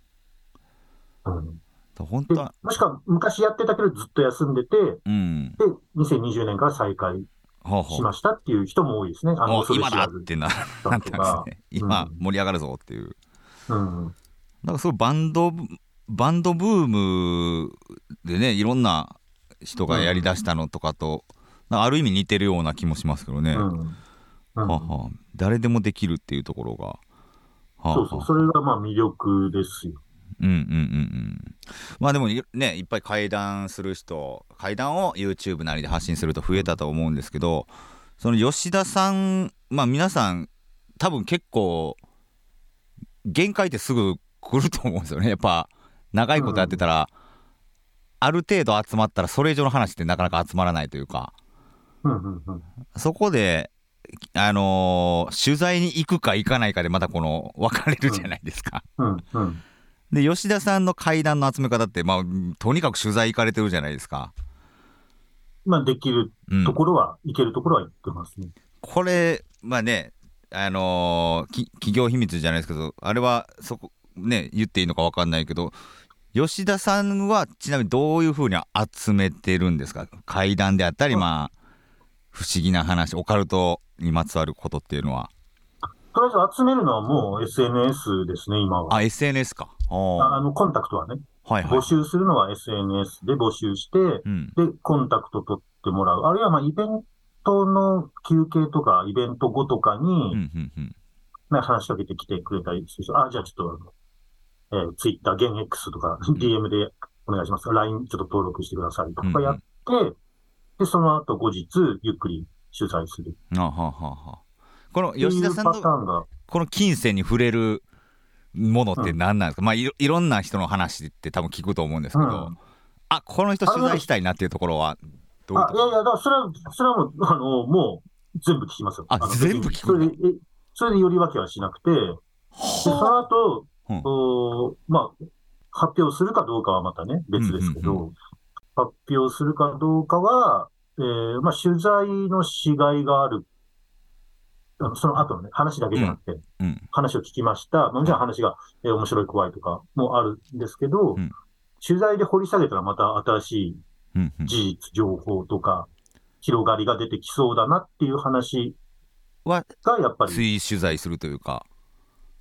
[SPEAKER 2] うん、
[SPEAKER 1] 本
[SPEAKER 2] で
[SPEAKER 1] 当は、
[SPEAKER 2] もしくは昔やってたけどずっと休んでて、
[SPEAKER 1] うん。
[SPEAKER 2] で、2020年から再開
[SPEAKER 1] はあ
[SPEAKER 2] し
[SPEAKER 1] は
[SPEAKER 2] ましたっていう人も多いですね。あ
[SPEAKER 1] あ。
[SPEAKER 2] の、
[SPEAKER 1] お
[SPEAKER 2] 恐れ
[SPEAKER 1] 今
[SPEAKER 2] 知
[SPEAKER 1] だ
[SPEAKER 2] ら
[SPEAKER 1] っ
[SPEAKER 2] ず
[SPEAKER 1] てなな
[SPEAKER 2] さ
[SPEAKER 1] ったん
[SPEAKER 2] んと
[SPEAKER 1] です
[SPEAKER 2] か。
[SPEAKER 1] ね。今
[SPEAKER 2] うん
[SPEAKER 1] 盛り上がるぞっていう。
[SPEAKER 2] うん。
[SPEAKER 1] なんかそういうバンド、バンドブームでね、いろんな人がやりだしたのとかと、なんかある意味似てるような気もしますけどね、
[SPEAKER 2] う
[SPEAKER 1] は
[SPEAKER 2] んうん
[SPEAKER 1] あはあ誰でもできるっていうところが、はあはあ
[SPEAKER 2] そうそう、それがまあ魅力ですよ。
[SPEAKER 1] うんうんうんうんまあでもいねいっぱい会談する人会談を YouTube なりで発信すると増えたと思うんですけどその吉田さんまあ皆さん多分結構限界ってすぐ来ると思うんですよねやっぱ長いことやってたら、ある程度集まったらそれ以上の話ってなかなか集まらないというか
[SPEAKER 2] うんうんうん
[SPEAKER 1] そこであのー取材に行くか行かないかでまたこの分かれるじゃないですか。
[SPEAKER 2] うんうん
[SPEAKER 1] で吉田さんの階段の集め方って、まあ、とにかく取材行かれてるじゃないですか、
[SPEAKER 2] まあ、できる
[SPEAKER 1] うん、
[SPEAKER 2] ところは、いけるところは行ってますね。
[SPEAKER 1] これまあねあのーき企業秘密じゃないですけどあれはそこね言っていいのか分かんないけど吉田さんはちなみにどういうふうに集めてるんですか階段であったりまあ不思議な話オカルトにまつわることっていうのは
[SPEAKER 2] とりあえず集めるのはもう SNS ですね、今は。
[SPEAKER 1] あ SNS かおー
[SPEAKER 2] ああの、コンタクトはね、
[SPEAKER 1] はいはい
[SPEAKER 2] 募集するのは SNS で募集して、
[SPEAKER 1] うん
[SPEAKER 2] で、コンタクト取ってもらう。あるいは、まあ、イベントの休憩とか、イベント後とか
[SPEAKER 1] うんう
[SPEAKER 2] に、
[SPEAKER 1] んうん
[SPEAKER 2] ね、話しかけてきてくれたりする人、あ、じゃあちょっと、あの、えー、Twitter、現 X とか、DM でお願いします。LINE ちょっと登録してくださいと
[SPEAKER 1] うんう
[SPEAKER 2] か
[SPEAKER 1] ん
[SPEAKER 2] やって、で、その後後日、ゆっくり取材する。っ
[SPEAKER 1] あはあはあはあこの
[SPEAKER 2] てい
[SPEAKER 1] 吉田
[SPEAKER 2] う
[SPEAKER 1] さん
[SPEAKER 2] パタ
[SPEAKER 1] と
[SPEAKER 2] ーンが、
[SPEAKER 1] この金銭に触れるものって何なんですか、まあいろいろんな人の話って多分聞くと思うんですけど、
[SPEAKER 2] うん
[SPEAKER 1] あこの人取材したいなっていうところはどういう
[SPEAKER 2] あ
[SPEAKER 1] と
[SPEAKER 2] い
[SPEAKER 1] こ
[SPEAKER 2] やいや、だからそれは、それはもう、あの、もう、全部聞きますよ。
[SPEAKER 1] あ
[SPEAKER 2] の
[SPEAKER 1] 全部聞く
[SPEAKER 2] それで、えそれでより分けはしなくて、でその後、
[SPEAKER 1] うん
[SPEAKER 2] おまあ、発表するかどうかはまたね、別ですけど、
[SPEAKER 1] うんう
[SPEAKER 2] 発表するかどうかは、えーまあ、取材のしがいがある。あのその後のね、話だけじゃなくて、
[SPEAKER 1] うん
[SPEAKER 2] 話を聞きました。まあもちろん話が、えー面白い怖いとかもあるんですけど、
[SPEAKER 1] うん
[SPEAKER 2] 取材で掘り下げたらまた新しい
[SPEAKER 1] うんうん
[SPEAKER 2] 事実、情報とか、広がりが出てきそうだなっていう話
[SPEAKER 1] は
[SPEAKER 2] がやっぱり、
[SPEAKER 1] 追取材するというか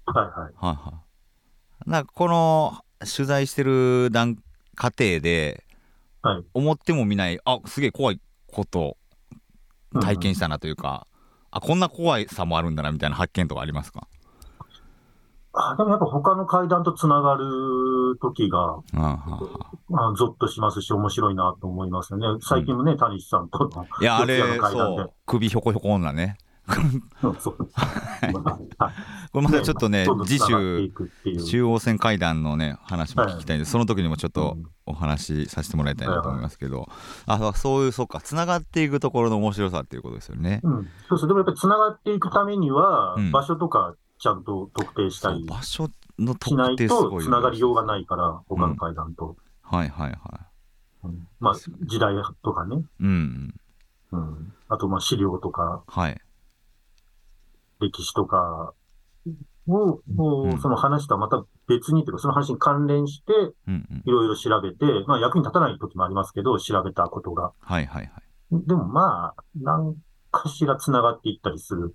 [SPEAKER 2] はいはい。
[SPEAKER 1] はいはいなんかこの取材してる段過程で、
[SPEAKER 2] はい
[SPEAKER 1] 思ってもみないあすげえ怖いこと体験したなというか、あこんな怖いさもあるんだなみたいな発見とかありますか、
[SPEAKER 2] あでもやっぱ他の階段とつながる時が、
[SPEAKER 1] うんはいは
[SPEAKER 2] まあ、ゾッとしますし、面白いなと思いますよね。最近もね、谷さんとの、
[SPEAKER 1] いいやあれ
[SPEAKER 2] 四谷の階段
[SPEAKER 1] そ
[SPEAKER 2] で
[SPEAKER 1] う首ひょこひょこ女ね
[SPEAKER 2] *laughs* そう
[SPEAKER 1] *laughs*
[SPEAKER 2] そう。
[SPEAKER 1] これまたちょっと
[SPEAKER 2] *laughs*
[SPEAKER 1] ね
[SPEAKER 2] どんどん
[SPEAKER 1] 次
[SPEAKER 2] つながって
[SPEAKER 1] 週
[SPEAKER 2] いくっていう
[SPEAKER 1] 中央線会談のね話も聞きたいんで、その時にもちょっとお話しさせてもらいたいなと思いますけど、あそういうそうかつながっていくところの面白さっていうことですよね。
[SPEAKER 2] うん、そうそう。でもやっぱりつながっていくためには、
[SPEAKER 1] うん
[SPEAKER 2] 場所とかちゃんと特定した
[SPEAKER 1] そう
[SPEAKER 2] り
[SPEAKER 1] 場所の
[SPEAKER 2] しな
[SPEAKER 1] 特
[SPEAKER 2] い
[SPEAKER 1] 定すご
[SPEAKER 2] と、
[SPEAKER 1] い
[SPEAKER 2] つ
[SPEAKER 1] よね
[SPEAKER 2] ながりようがないから、他の階段と。
[SPEAKER 1] はいはいはい。
[SPEAKER 2] うんまあ、時代とかね。
[SPEAKER 1] うん
[SPEAKER 2] うん、あと、まあ、資料とか、
[SPEAKER 1] はい。
[SPEAKER 2] 歴史とかを、もう
[SPEAKER 1] うん
[SPEAKER 2] その話とはまた別にというか、その話に関連して、
[SPEAKER 1] うんうん
[SPEAKER 2] いろいろ調べて、まあ役に立たない時もありますけど、調べたことが。
[SPEAKER 1] はいはいはい。
[SPEAKER 2] でもまあ、何かしら繋がっていったりする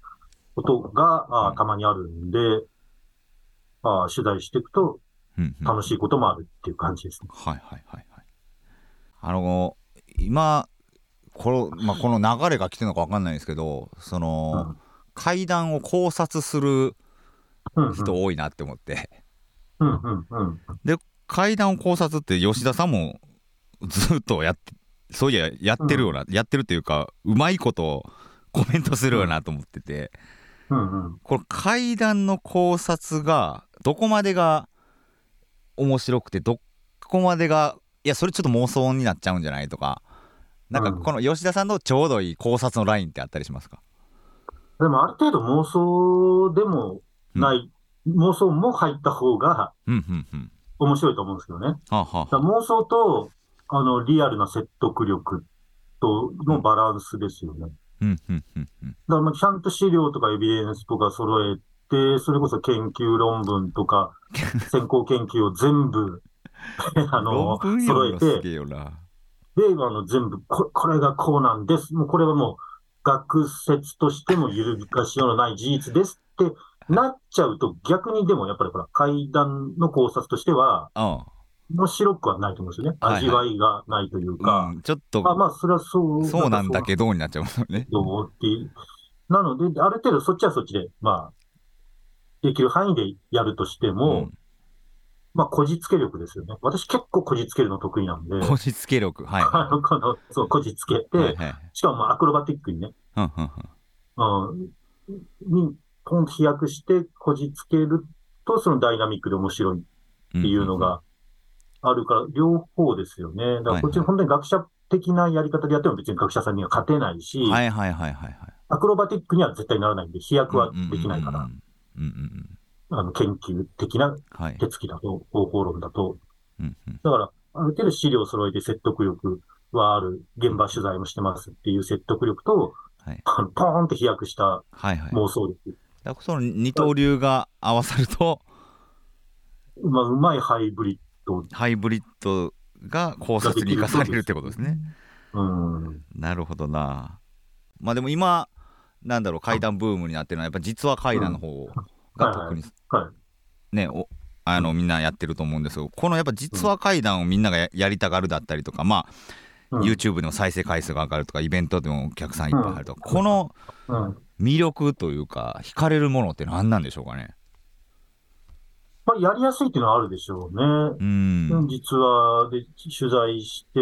[SPEAKER 2] ことが、あ
[SPEAKER 1] うん
[SPEAKER 2] ーたまにあるんで、あー取材していくと
[SPEAKER 1] うんうん
[SPEAKER 2] 楽しいこともあるっていう感じですね。
[SPEAKER 1] はいはいはいはい。あの今この,、まあ、この流れが来てるのか分かんないですけどその、階段を考察する
[SPEAKER 2] うん、うん、
[SPEAKER 1] 人多いなって思って、
[SPEAKER 2] うん、うん、うん。
[SPEAKER 1] 階段を考察って吉田さんもずっとやってそういややってるような、やってるというかうまいことをコメントするよなと思ってて、
[SPEAKER 2] うん、うん。
[SPEAKER 1] これ階段の考察がどこまでが面白くてどこまでがいやそれちょっと妄想になっちゃうんじゃないとかなんか
[SPEAKER 2] うん
[SPEAKER 1] この吉田さんのちょうどいい考察のラインってあったりしますか、
[SPEAKER 2] でもある程度妄想でもない、妄想も入った方が
[SPEAKER 1] うんうんうん
[SPEAKER 2] 面白いと思うんですけどね。
[SPEAKER 1] はあ、はあ
[SPEAKER 2] だから妄想とあのリアルな説得力とのバランスですよね。だか
[SPEAKER 1] うんうんうんうん
[SPEAKER 2] らまあちゃんと資料とかエビデンスとか揃えて、それこそ研究論文
[SPEAKER 1] *laughs*
[SPEAKER 2] とか、先行研究を全部 *laughs* あ
[SPEAKER 1] 論
[SPEAKER 2] の
[SPEAKER 1] 文
[SPEAKER 2] 揃
[SPEAKER 1] よ
[SPEAKER 2] え
[SPEAKER 1] り
[SPEAKER 2] て
[SPEAKER 1] す、げえよな
[SPEAKER 2] で、あの全部こ、これがこうなんです。もうこれはもう学説としても揺るぎかしようのない事実ですってなっちゃうと、逆にでもやっぱりほら、階段の考察としては、
[SPEAKER 1] うん
[SPEAKER 2] 面白くはないと思うんですよね。
[SPEAKER 1] はいはい
[SPEAKER 2] 味わいがないというか、
[SPEAKER 1] うん、ちょっと
[SPEAKER 2] あまあ、それはそう。
[SPEAKER 1] そうなんだけどになっちゃうもんね。
[SPEAKER 2] どうっていう。なので、ある程度そっちはそっちで、まあ、できる範囲でやるとしても、
[SPEAKER 1] うん
[SPEAKER 2] まあ、こじつけ力ですよね。私結構こじつけるの得意なんで、
[SPEAKER 1] こじつけ力。はい。
[SPEAKER 2] *laughs* あのこの、そう、こじつけて、
[SPEAKER 1] はいはい。
[SPEAKER 2] しかもまあアクロバティックにね、
[SPEAKER 1] うんうんうん
[SPEAKER 2] うん、に、ポンと飛躍してこじつけると、そのダイナミックで面白いっていうの。があるから、両方ですよね。だからこっ
[SPEAKER 1] はい
[SPEAKER 2] ち
[SPEAKER 1] はい
[SPEAKER 2] 本当に学者的なやり方でやっても別に学者さんには勝てないし、
[SPEAKER 1] はいはいはいはいはい。
[SPEAKER 2] アクロバティックには絶対ならないんで、飛躍はできないから、
[SPEAKER 1] うんうんうんうん。
[SPEAKER 2] あの研究的な
[SPEAKER 1] はい。
[SPEAKER 2] 手つきだと、方法論だと。
[SPEAKER 1] うんうん
[SPEAKER 2] だから、ある程度資料を揃えて説得力はある、現場取材もしてますっていう説得力と、
[SPEAKER 1] はい
[SPEAKER 2] あのポーンって飛躍した
[SPEAKER 1] はいはい。だか
[SPEAKER 2] 妄想力。
[SPEAKER 1] らその二刀流が合わさると、
[SPEAKER 2] まあ、うまいハイブリッド。
[SPEAKER 1] ハイブリッドが考察に生かされるってことですね。
[SPEAKER 2] うん。
[SPEAKER 1] なるほどな。まあでも今、なんだろう、階段ブームになってるのは、やっぱ実は階段の方が特に
[SPEAKER 2] は
[SPEAKER 1] ね、おあのみんなやってると思うんですけど、このやっぱ実話怪談をみんながややりたがるだったりとか、まあ、
[SPEAKER 2] い。うん
[SPEAKER 1] YouTube でも再生回数が上がるとか、イベントでもお客さんいっぱい入るとか、この
[SPEAKER 2] うん
[SPEAKER 1] 魅力というか、惹かれるものって何なんでしょうかね。
[SPEAKER 2] まあ、やりやすいっていうのはあるでしょうね。
[SPEAKER 1] うーん。
[SPEAKER 2] うん実は、で、取材して、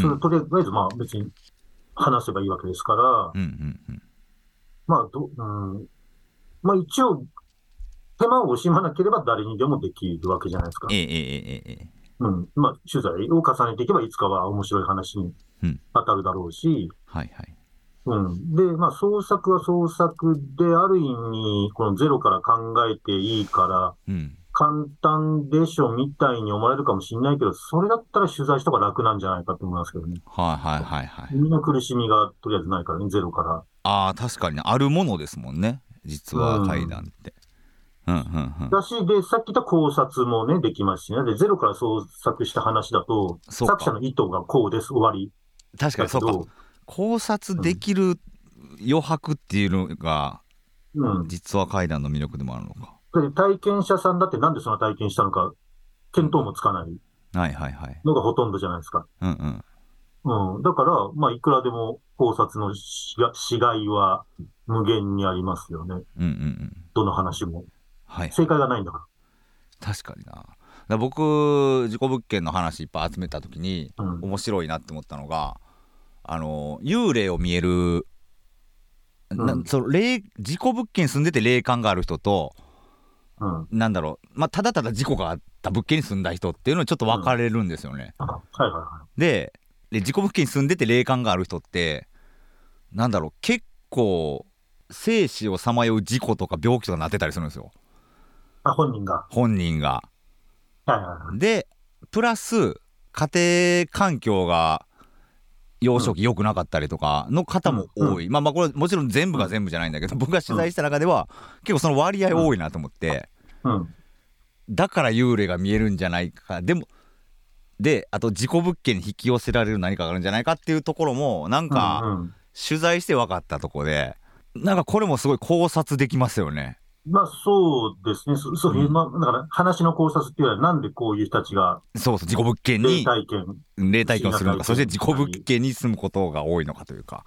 [SPEAKER 2] それとりあえず、まあ、別に話せばいいわけですから、
[SPEAKER 1] うんうんうん。
[SPEAKER 2] まあ、ど、うん。まあ、一応、手間を惜しまなければ誰にでもできるわけじゃないですか
[SPEAKER 1] え。ええええええ
[SPEAKER 2] うん。まあ、取材を重ねていけば、いつかは面白い話に
[SPEAKER 1] うん
[SPEAKER 2] 当たるだろうし、
[SPEAKER 1] はいはい。
[SPEAKER 2] うん。で、まあ、創作は創作で、ある意味、このゼロから考えていいか
[SPEAKER 1] う
[SPEAKER 2] ら、
[SPEAKER 1] ん。
[SPEAKER 2] 簡単でしょみたいに思われるかもしれないけど、それだったら取材した方が楽なんじゃないかと思いますけどね。
[SPEAKER 1] はいはいはいはい。
[SPEAKER 2] みんな苦しみがとりあえずないからね、ゼロから。
[SPEAKER 1] ああ、確かにあるものですもんね。実話怪談って。うんうんうん。
[SPEAKER 2] だし、で、さっき言った考察もね、できますしね。で、ゼロから創作した話だと、
[SPEAKER 1] そうか
[SPEAKER 2] 作者の意図がこうです、終わり。
[SPEAKER 1] 確かにそう
[SPEAKER 2] だけ
[SPEAKER 1] か
[SPEAKER 2] ど。
[SPEAKER 1] 考察できる余白っていうのが
[SPEAKER 2] うん。で、
[SPEAKER 1] 実話怪談の魅力でもあるのか。
[SPEAKER 2] 体験者さんだってなんでその体験したのか、見当もつかない
[SPEAKER 1] はいはいはい。
[SPEAKER 2] のがほとんどじゃないですか。
[SPEAKER 1] うんうん。
[SPEAKER 2] うん。だから、まあ、いくらでも考察のしがしがいは無限にありますよね。
[SPEAKER 1] うんうんうん。
[SPEAKER 2] どの話も。
[SPEAKER 1] はい。
[SPEAKER 2] 正解がないんだか
[SPEAKER 1] 確かにな。だから僕、事故物件の話いっぱい集めた時に
[SPEAKER 2] ら。うん。
[SPEAKER 1] 面白いなって思ったのが、あの、幽霊を見える、な
[SPEAKER 2] うん
[SPEAKER 1] その霊事故物件住んでて霊感がある人と、
[SPEAKER 2] うん。
[SPEAKER 1] なんだろう、まあ、ただただ事故があった物件に住んだ人っていうのはちょっと分かれるんですよね。
[SPEAKER 2] はいはいは
[SPEAKER 1] でで事故物件に住んでて霊感がある人ってなんだろう結構生死をさまよう事故とか病気とかなってたりするんですよ
[SPEAKER 2] い。あ、本人が。
[SPEAKER 1] 本人が。
[SPEAKER 2] はいはいはい。
[SPEAKER 1] でプラス家庭環境が幼少期良くなかったりとかの方も多い、まあまあこれもちろん全部が全部じゃないんだけど *laughs* 僕が取材した中では結構その割合多いなと思って。
[SPEAKER 2] うん。
[SPEAKER 1] だから幽霊が見えるんじゃないかでもであと事故物件に引き寄せられる何かがあるんじゃないかっていうところもなん
[SPEAKER 2] う
[SPEAKER 1] か
[SPEAKER 2] んうん
[SPEAKER 1] 取材して分かったとこでなんかこれもすごい考察できますよね。
[SPEAKER 2] まあそうですね。そそういう、
[SPEAKER 1] うん
[SPEAKER 2] まあ、だから話の考察っていうのは、なんでこういう人たちが
[SPEAKER 1] そうそう事故物件
[SPEAKER 2] 霊
[SPEAKER 1] に
[SPEAKER 2] 体験、
[SPEAKER 1] 霊体験をするのかそして事故物
[SPEAKER 2] はい
[SPEAKER 1] 件に住むことが多いのかというか。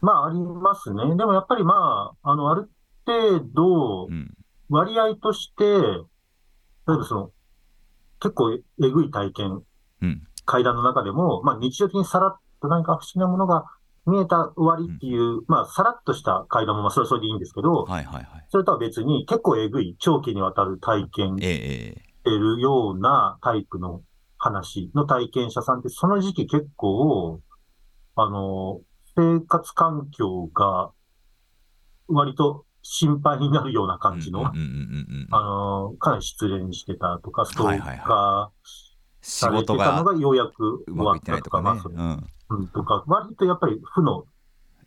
[SPEAKER 2] まあありますね。でもやっぱりまあ、あの、ある程度
[SPEAKER 1] う、ん
[SPEAKER 2] 割合として、例えばその、結構えぐい体験、
[SPEAKER 1] うん
[SPEAKER 2] 階段の中でも、まあ日常的にさらっと何か不思議なものが見えた終わりっていう、まあさらっとした階段もまあそれはそれでいいんですけど、
[SPEAKER 1] はいはいはい。
[SPEAKER 2] それとは別に結構えぐい、長期にわたる体験
[SPEAKER 1] ええええ
[SPEAKER 2] ってるようなタイプの話の体験者さんって、その時期結構、あの、生活環境が割と心配になるような感じの、
[SPEAKER 1] うんうんうんうんう
[SPEAKER 2] あ
[SPEAKER 1] ん
[SPEAKER 2] の、かなり失恋してたとか、スト
[SPEAKER 1] はい
[SPEAKER 2] ー
[SPEAKER 1] はい
[SPEAKER 2] カー
[SPEAKER 1] 仕
[SPEAKER 2] されて
[SPEAKER 1] 事
[SPEAKER 2] た
[SPEAKER 1] が
[SPEAKER 2] のがようやく
[SPEAKER 1] う
[SPEAKER 2] 終
[SPEAKER 1] ま
[SPEAKER 2] わ
[SPEAKER 1] くいっ
[SPEAKER 2] っ
[SPEAKER 1] てな
[SPEAKER 2] た
[SPEAKER 1] い
[SPEAKER 2] と
[SPEAKER 1] と
[SPEAKER 2] か、
[SPEAKER 1] か
[SPEAKER 2] まあ
[SPEAKER 1] ね
[SPEAKER 2] そ。れ
[SPEAKER 1] うん
[SPEAKER 2] うんとか、割とやっぱり負の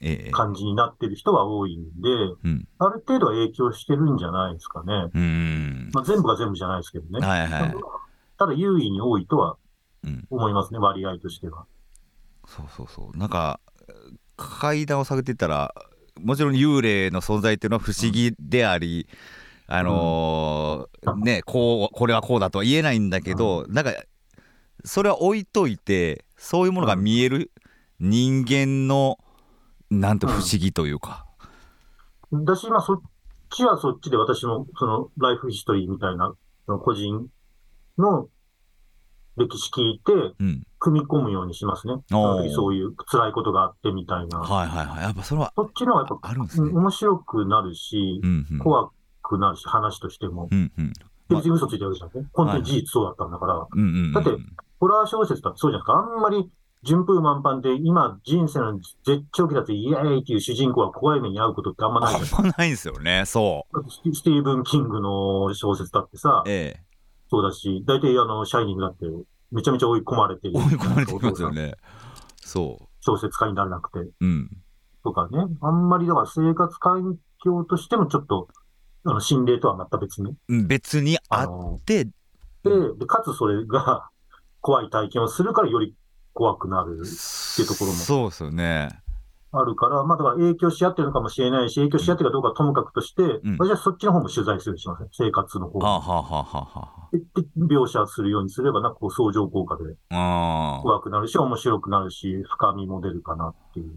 [SPEAKER 1] ええええ
[SPEAKER 2] 感じになってる人は多いんで、
[SPEAKER 1] うん
[SPEAKER 2] ある程度は影響してるんじゃないですかね。
[SPEAKER 1] うん
[SPEAKER 2] まあ、全部が全部じゃないですけどね。
[SPEAKER 1] はいはい。
[SPEAKER 2] ただ優位に多いとは
[SPEAKER 1] うん
[SPEAKER 2] 思いますね、割合としては。
[SPEAKER 1] そうそうそうなんか階段を探ってたらもちろん幽霊の存在っていうのは不思議であり、あのーねこうこれはこうだとは言えないんだけど、なんかそれは置いといてそういうものが見える人間のなんて不思議というか、
[SPEAKER 2] だし、まあ、そっちはそっちで、私も、その、ライフヒストリーみたいな、その個人の歴史聞いて、
[SPEAKER 1] うん
[SPEAKER 2] 組み込むようにしますね。その時そういう辛いことがあってみたいな。
[SPEAKER 1] はいはいはいやっぱそれは
[SPEAKER 2] そっちの方がやっぱ、
[SPEAKER 1] あるんです
[SPEAKER 2] う
[SPEAKER 1] ね
[SPEAKER 2] ん、面白くなるし
[SPEAKER 1] う、んうん
[SPEAKER 2] 怖くなるし、話としても。
[SPEAKER 1] うんうん
[SPEAKER 2] 別に嘘ついてるわけじゃなくて、本当に事実そうだったんだから、
[SPEAKER 1] うんうんうん
[SPEAKER 2] だってホラー小説だってそうじゃないですか。あんまり順風満帆で、今人生の絶頂期だって、イエーイっていう主人公は怖い目に遭うことってあんまないじゃないですか
[SPEAKER 1] あんまないんですよねそ
[SPEAKER 2] だってスティスティーブン・キングの小説だってさ
[SPEAKER 1] う、ええ
[SPEAKER 2] そうだし、大体あの、シャイニングだって、めちゃめちゃ追い込まれてる。
[SPEAKER 1] 追い込まれてきますよねそ
[SPEAKER 2] 小説家にならなくて、
[SPEAKER 1] ううん
[SPEAKER 2] とかね。あんまりだから生活環境としてもちょっと、あの、心霊とはまた別に。
[SPEAKER 1] うん別に
[SPEAKER 2] あ
[SPEAKER 1] あっ
[SPEAKER 2] の、
[SPEAKER 1] て
[SPEAKER 2] で、でかつそれが怖い体験をするからより怖くなる。
[SPEAKER 1] って
[SPEAKER 2] いうところも
[SPEAKER 1] そうですよね
[SPEAKER 2] あるから、まあだから影響し合ってるのかもしれないし、影響し合ってるかどうかはともかくとして、
[SPEAKER 1] ん
[SPEAKER 2] 私はそっちの方も取材するようにしません。生活の方
[SPEAKER 1] はあ
[SPEAKER 2] も。
[SPEAKER 1] はあはあはあは
[SPEAKER 2] で、で描写するようにすれば、なんかこう相乗効果で
[SPEAKER 1] あうん
[SPEAKER 2] 怖くなるし、面白くなるし、深みも出るかなっていう。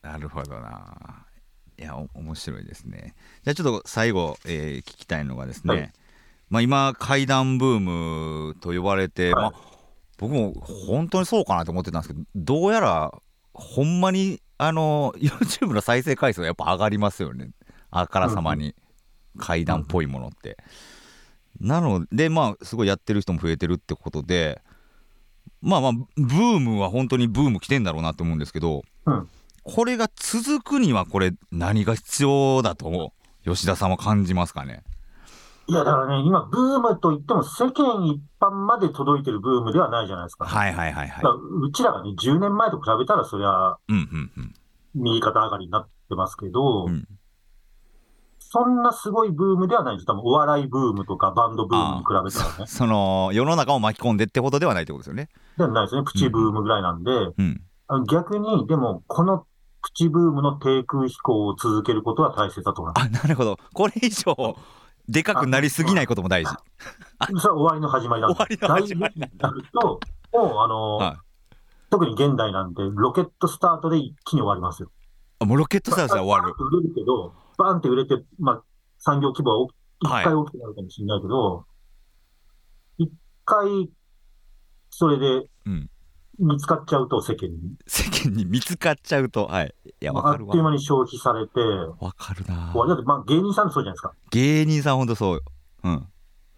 [SPEAKER 1] なるほどな。いや、お面白いですね。じゃあちょっと最後、えー聞きたいのがですね、
[SPEAKER 2] はい
[SPEAKER 1] まあ、今、怪談ブームと呼ばれて、
[SPEAKER 2] はい
[SPEAKER 1] まあ、僕も本当にそうかなと思ってたんですけど、どうやら、ほんまに、あの、YouTube の再生回数がやっぱ上がりますよね。あからさまに、怪談っぽいものって。なので、まあ、すごいやってる人も増えてるってことで、まあまあ、ブームは本当にブーム来てんだろうなと思うんですけど、
[SPEAKER 2] うん
[SPEAKER 1] これが続くにはこれ何が必要だと吉田さんは感じますかね
[SPEAKER 2] いや、だからね、今、ブームといっても、世間一般まで届いてるブームではないじゃないですか。
[SPEAKER 1] はいはいはいは
[SPEAKER 2] だ
[SPEAKER 1] い
[SPEAKER 2] からうちらがね、10年前と比べたら、そりゃ、
[SPEAKER 1] うんうんうん
[SPEAKER 2] 右肩上がりになってますけど、
[SPEAKER 1] うん
[SPEAKER 2] そんなすごいブームではないです。多分、お笑いブームとか、バンドブームに比べたらね
[SPEAKER 1] そ。その世の中を巻き込んでってことではないってことですよね
[SPEAKER 2] ではないですね。プチブームぐらいなんで、
[SPEAKER 1] うん *laughs*
[SPEAKER 2] あの逆に、でも、このプチブームの低空飛行を続けることは大切だと思いま
[SPEAKER 1] あなるほどこれ以上でかくなりすぎないことも大事
[SPEAKER 2] す。それは終わりの始まりなんで。
[SPEAKER 1] 終わりの始まり
[SPEAKER 2] 大ブームになると、もう、あの、
[SPEAKER 1] はい
[SPEAKER 2] 特に現代なんで、ロケットスタートで一気に終わりますよ。
[SPEAKER 1] あもうロケットスタートは終わる
[SPEAKER 2] 売れるけど、バーンって売れて、まあ、産業規模はお一
[SPEAKER 1] はい
[SPEAKER 2] 回大きくなるかもしれないけど、一、回、それで
[SPEAKER 1] うん
[SPEAKER 2] 見つかっちゃうと世間に。
[SPEAKER 1] 世間に見つかっちゃうとはいいやわ
[SPEAKER 2] あ
[SPEAKER 1] か
[SPEAKER 2] っ
[SPEAKER 1] る
[SPEAKER 2] という
[SPEAKER 1] わ
[SPEAKER 2] 間に消費されて、
[SPEAKER 1] わかるな
[SPEAKER 2] こうだってまあ芸人さんってそうじゃないですか。
[SPEAKER 1] 芸人さんほんとそううん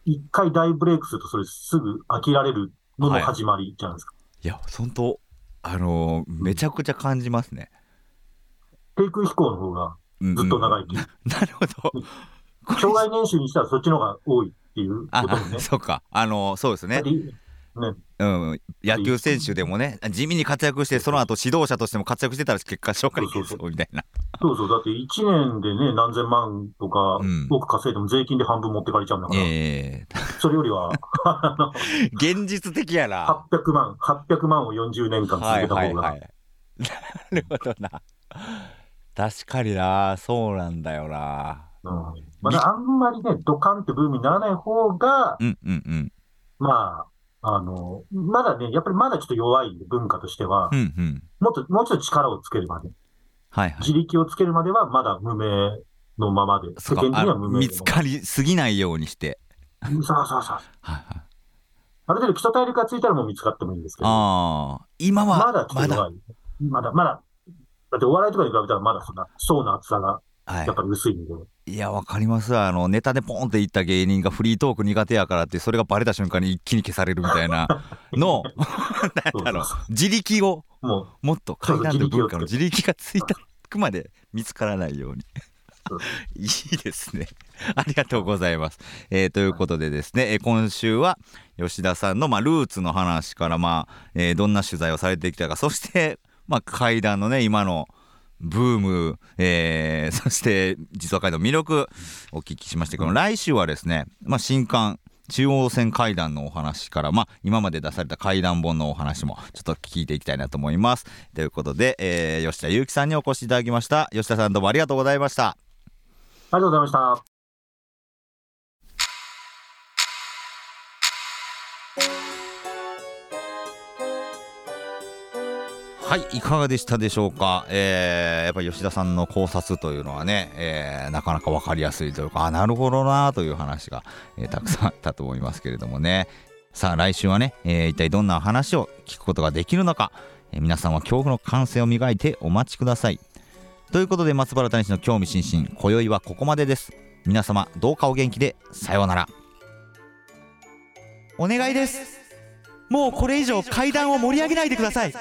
[SPEAKER 2] 一回大ブレイクすると、それすぐ飽きられるのの始まりじゃないですか。
[SPEAKER 1] いやほんとあのーめちゃくちゃ感じますね
[SPEAKER 2] 低空飛行の方が
[SPEAKER 1] ず
[SPEAKER 2] ずっと長いっていう。
[SPEAKER 1] *laughs* なるほど。これ
[SPEAKER 2] 障害年収にしたらそっちの方が多いっていうこ
[SPEAKER 1] *laughs* あ
[SPEAKER 2] ともね。
[SPEAKER 1] そうか。あの、そうです
[SPEAKER 2] だ
[SPEAKER 1] ね
[SPEAKER 2] って。ね
[SPEAKER 1] うん。野球選手でもね、地味に活躍して、その後指導者としても活躍してたら結果紹介ですみたいな。
[SPEAKER 2] そうそう、だって1年でね、何千万とか
[SPEAKER 1] うん、
[SPEAKER 2] 多く稼いでも税金で半分持ってかれちゃうんだから、
[SPEAKER 1] ええ
[SPEAKER 2] それよ
[SPEAKER 1] *laughs*
[SPEAKER 2] りはあの
[SPEAKER 1] 現実的やな。
[SPEAKER 2] 800万、800万を40年間続
[SPEAKER 1] は
[SPEAKER 2] け
[SPEAKER 1] い
[SPEAKER 2] た
[SPEAKER 1] はい
[SPEAKER 2] 方
[SPEAKER 1] は
[SPEAKER 2] が、
[SPEAKER 1] い。なるほどな。確かにな。そうなんだよな。
[SPEAKER 2] うんまあだからあんまりね、ドカンってブームにならない方が、
[SPEAKER 1] うんうんうん。
[SPEAKER 2] まあ、あの、まだね、やっぱりまだちょっと弱いんで文化としては
[SPEAKER 1] う、んうん。
[SPEAKER 2] もっと、もうちょっと力をつけるまで、
[SPEAKER 1] はいはい。
[SPEAKER 2] 自力をつけるまでは、まだ無名のままで、
[SPEAKER 1] そ
[SPEAKER 2] 世
[SPEAKER 1] う
[SPEAKER 2] 間的
[SPEAKER 1] か。あ
[SPEAKER 2] には
[SPEAKER 1] の
[SPEAKER 2] 無名
[SPEAKER 1] 見
[SPEAKER 2] の
[SPEAKER 1] つ
[SPEAKER 2] まま
[SPEAKER 1] かりすぎないようにして。
[SPEAKER 2] うんそうそうそう。
[SPEAKER 1] はいはい。
[SPEAKER 2] ある程度基礎体力がついたらもう見つかってもいいんですけど。
[SPEAKER 1] ああ。今は、
[SPEAKER 2] まだちょっと弱い。まだ、まだ。だってお笑いとかに比べたらまだそんな層の厚さが
[SPEAKER 1] はい
[SPEAKER 2] やっ。ぱり薄いんで。
[SPEAKER 1] いや、わかりますわ。あの、ネタでポンっていった芸人がフリートーク苦手やからって、それがバレた瞬間に一気に消されるみたいなの、 *laughs* なんだろう
[SPEAKER 2] そ、
[SPEAKER 1] 自力を、
[SPEAKER 2] もう、
[SPEAKER 1] もっと
[SPEAKER 2] そう
[SPEAKER 1] 階段の文化の自
[SPEAKER 2] 自
[SPEAKER 1] 力がついたくまで見つからないように
[SPEAKER 2] そう。
[SPEAKER 1] いいですね。ありがとうございます。えーということでですね、えー今週は吉田さんの、まあ、ルーツの話から、まあえーどんな取材をされてきたか、そして、まあ、階段のね、今のブーム、えーそして実話階段の魅力お聞きしましたけど、来週はですね、まあ、新刊中央線階段のお話から、まあ、今まで出された階段本のお話もちょっと聞いていきたいなと思います。ということで、えー吉田裕樹さんにお越しいただきました。吉田さんどうもありがとうございました。
[SPEAKER 2] ありがとうございました。
[SPEAKER 1] はいいかがでしたでしょうか、えーやっぱり吉田さんの考察というのはね、えーなかなか分かりやすいというかあなるほどなという話が、えーたくさんあったと思いますけれどもねさあ来週はね、えー一体どんな話を聞くことができるのか、えー皆さんは恐怖の感性を磨いてお待ちくださいということで松原谷氏の興味津々今宵はここまでです皆様どうかお元気でさようならお願いですもうこれ以上階段を盛り上げないでください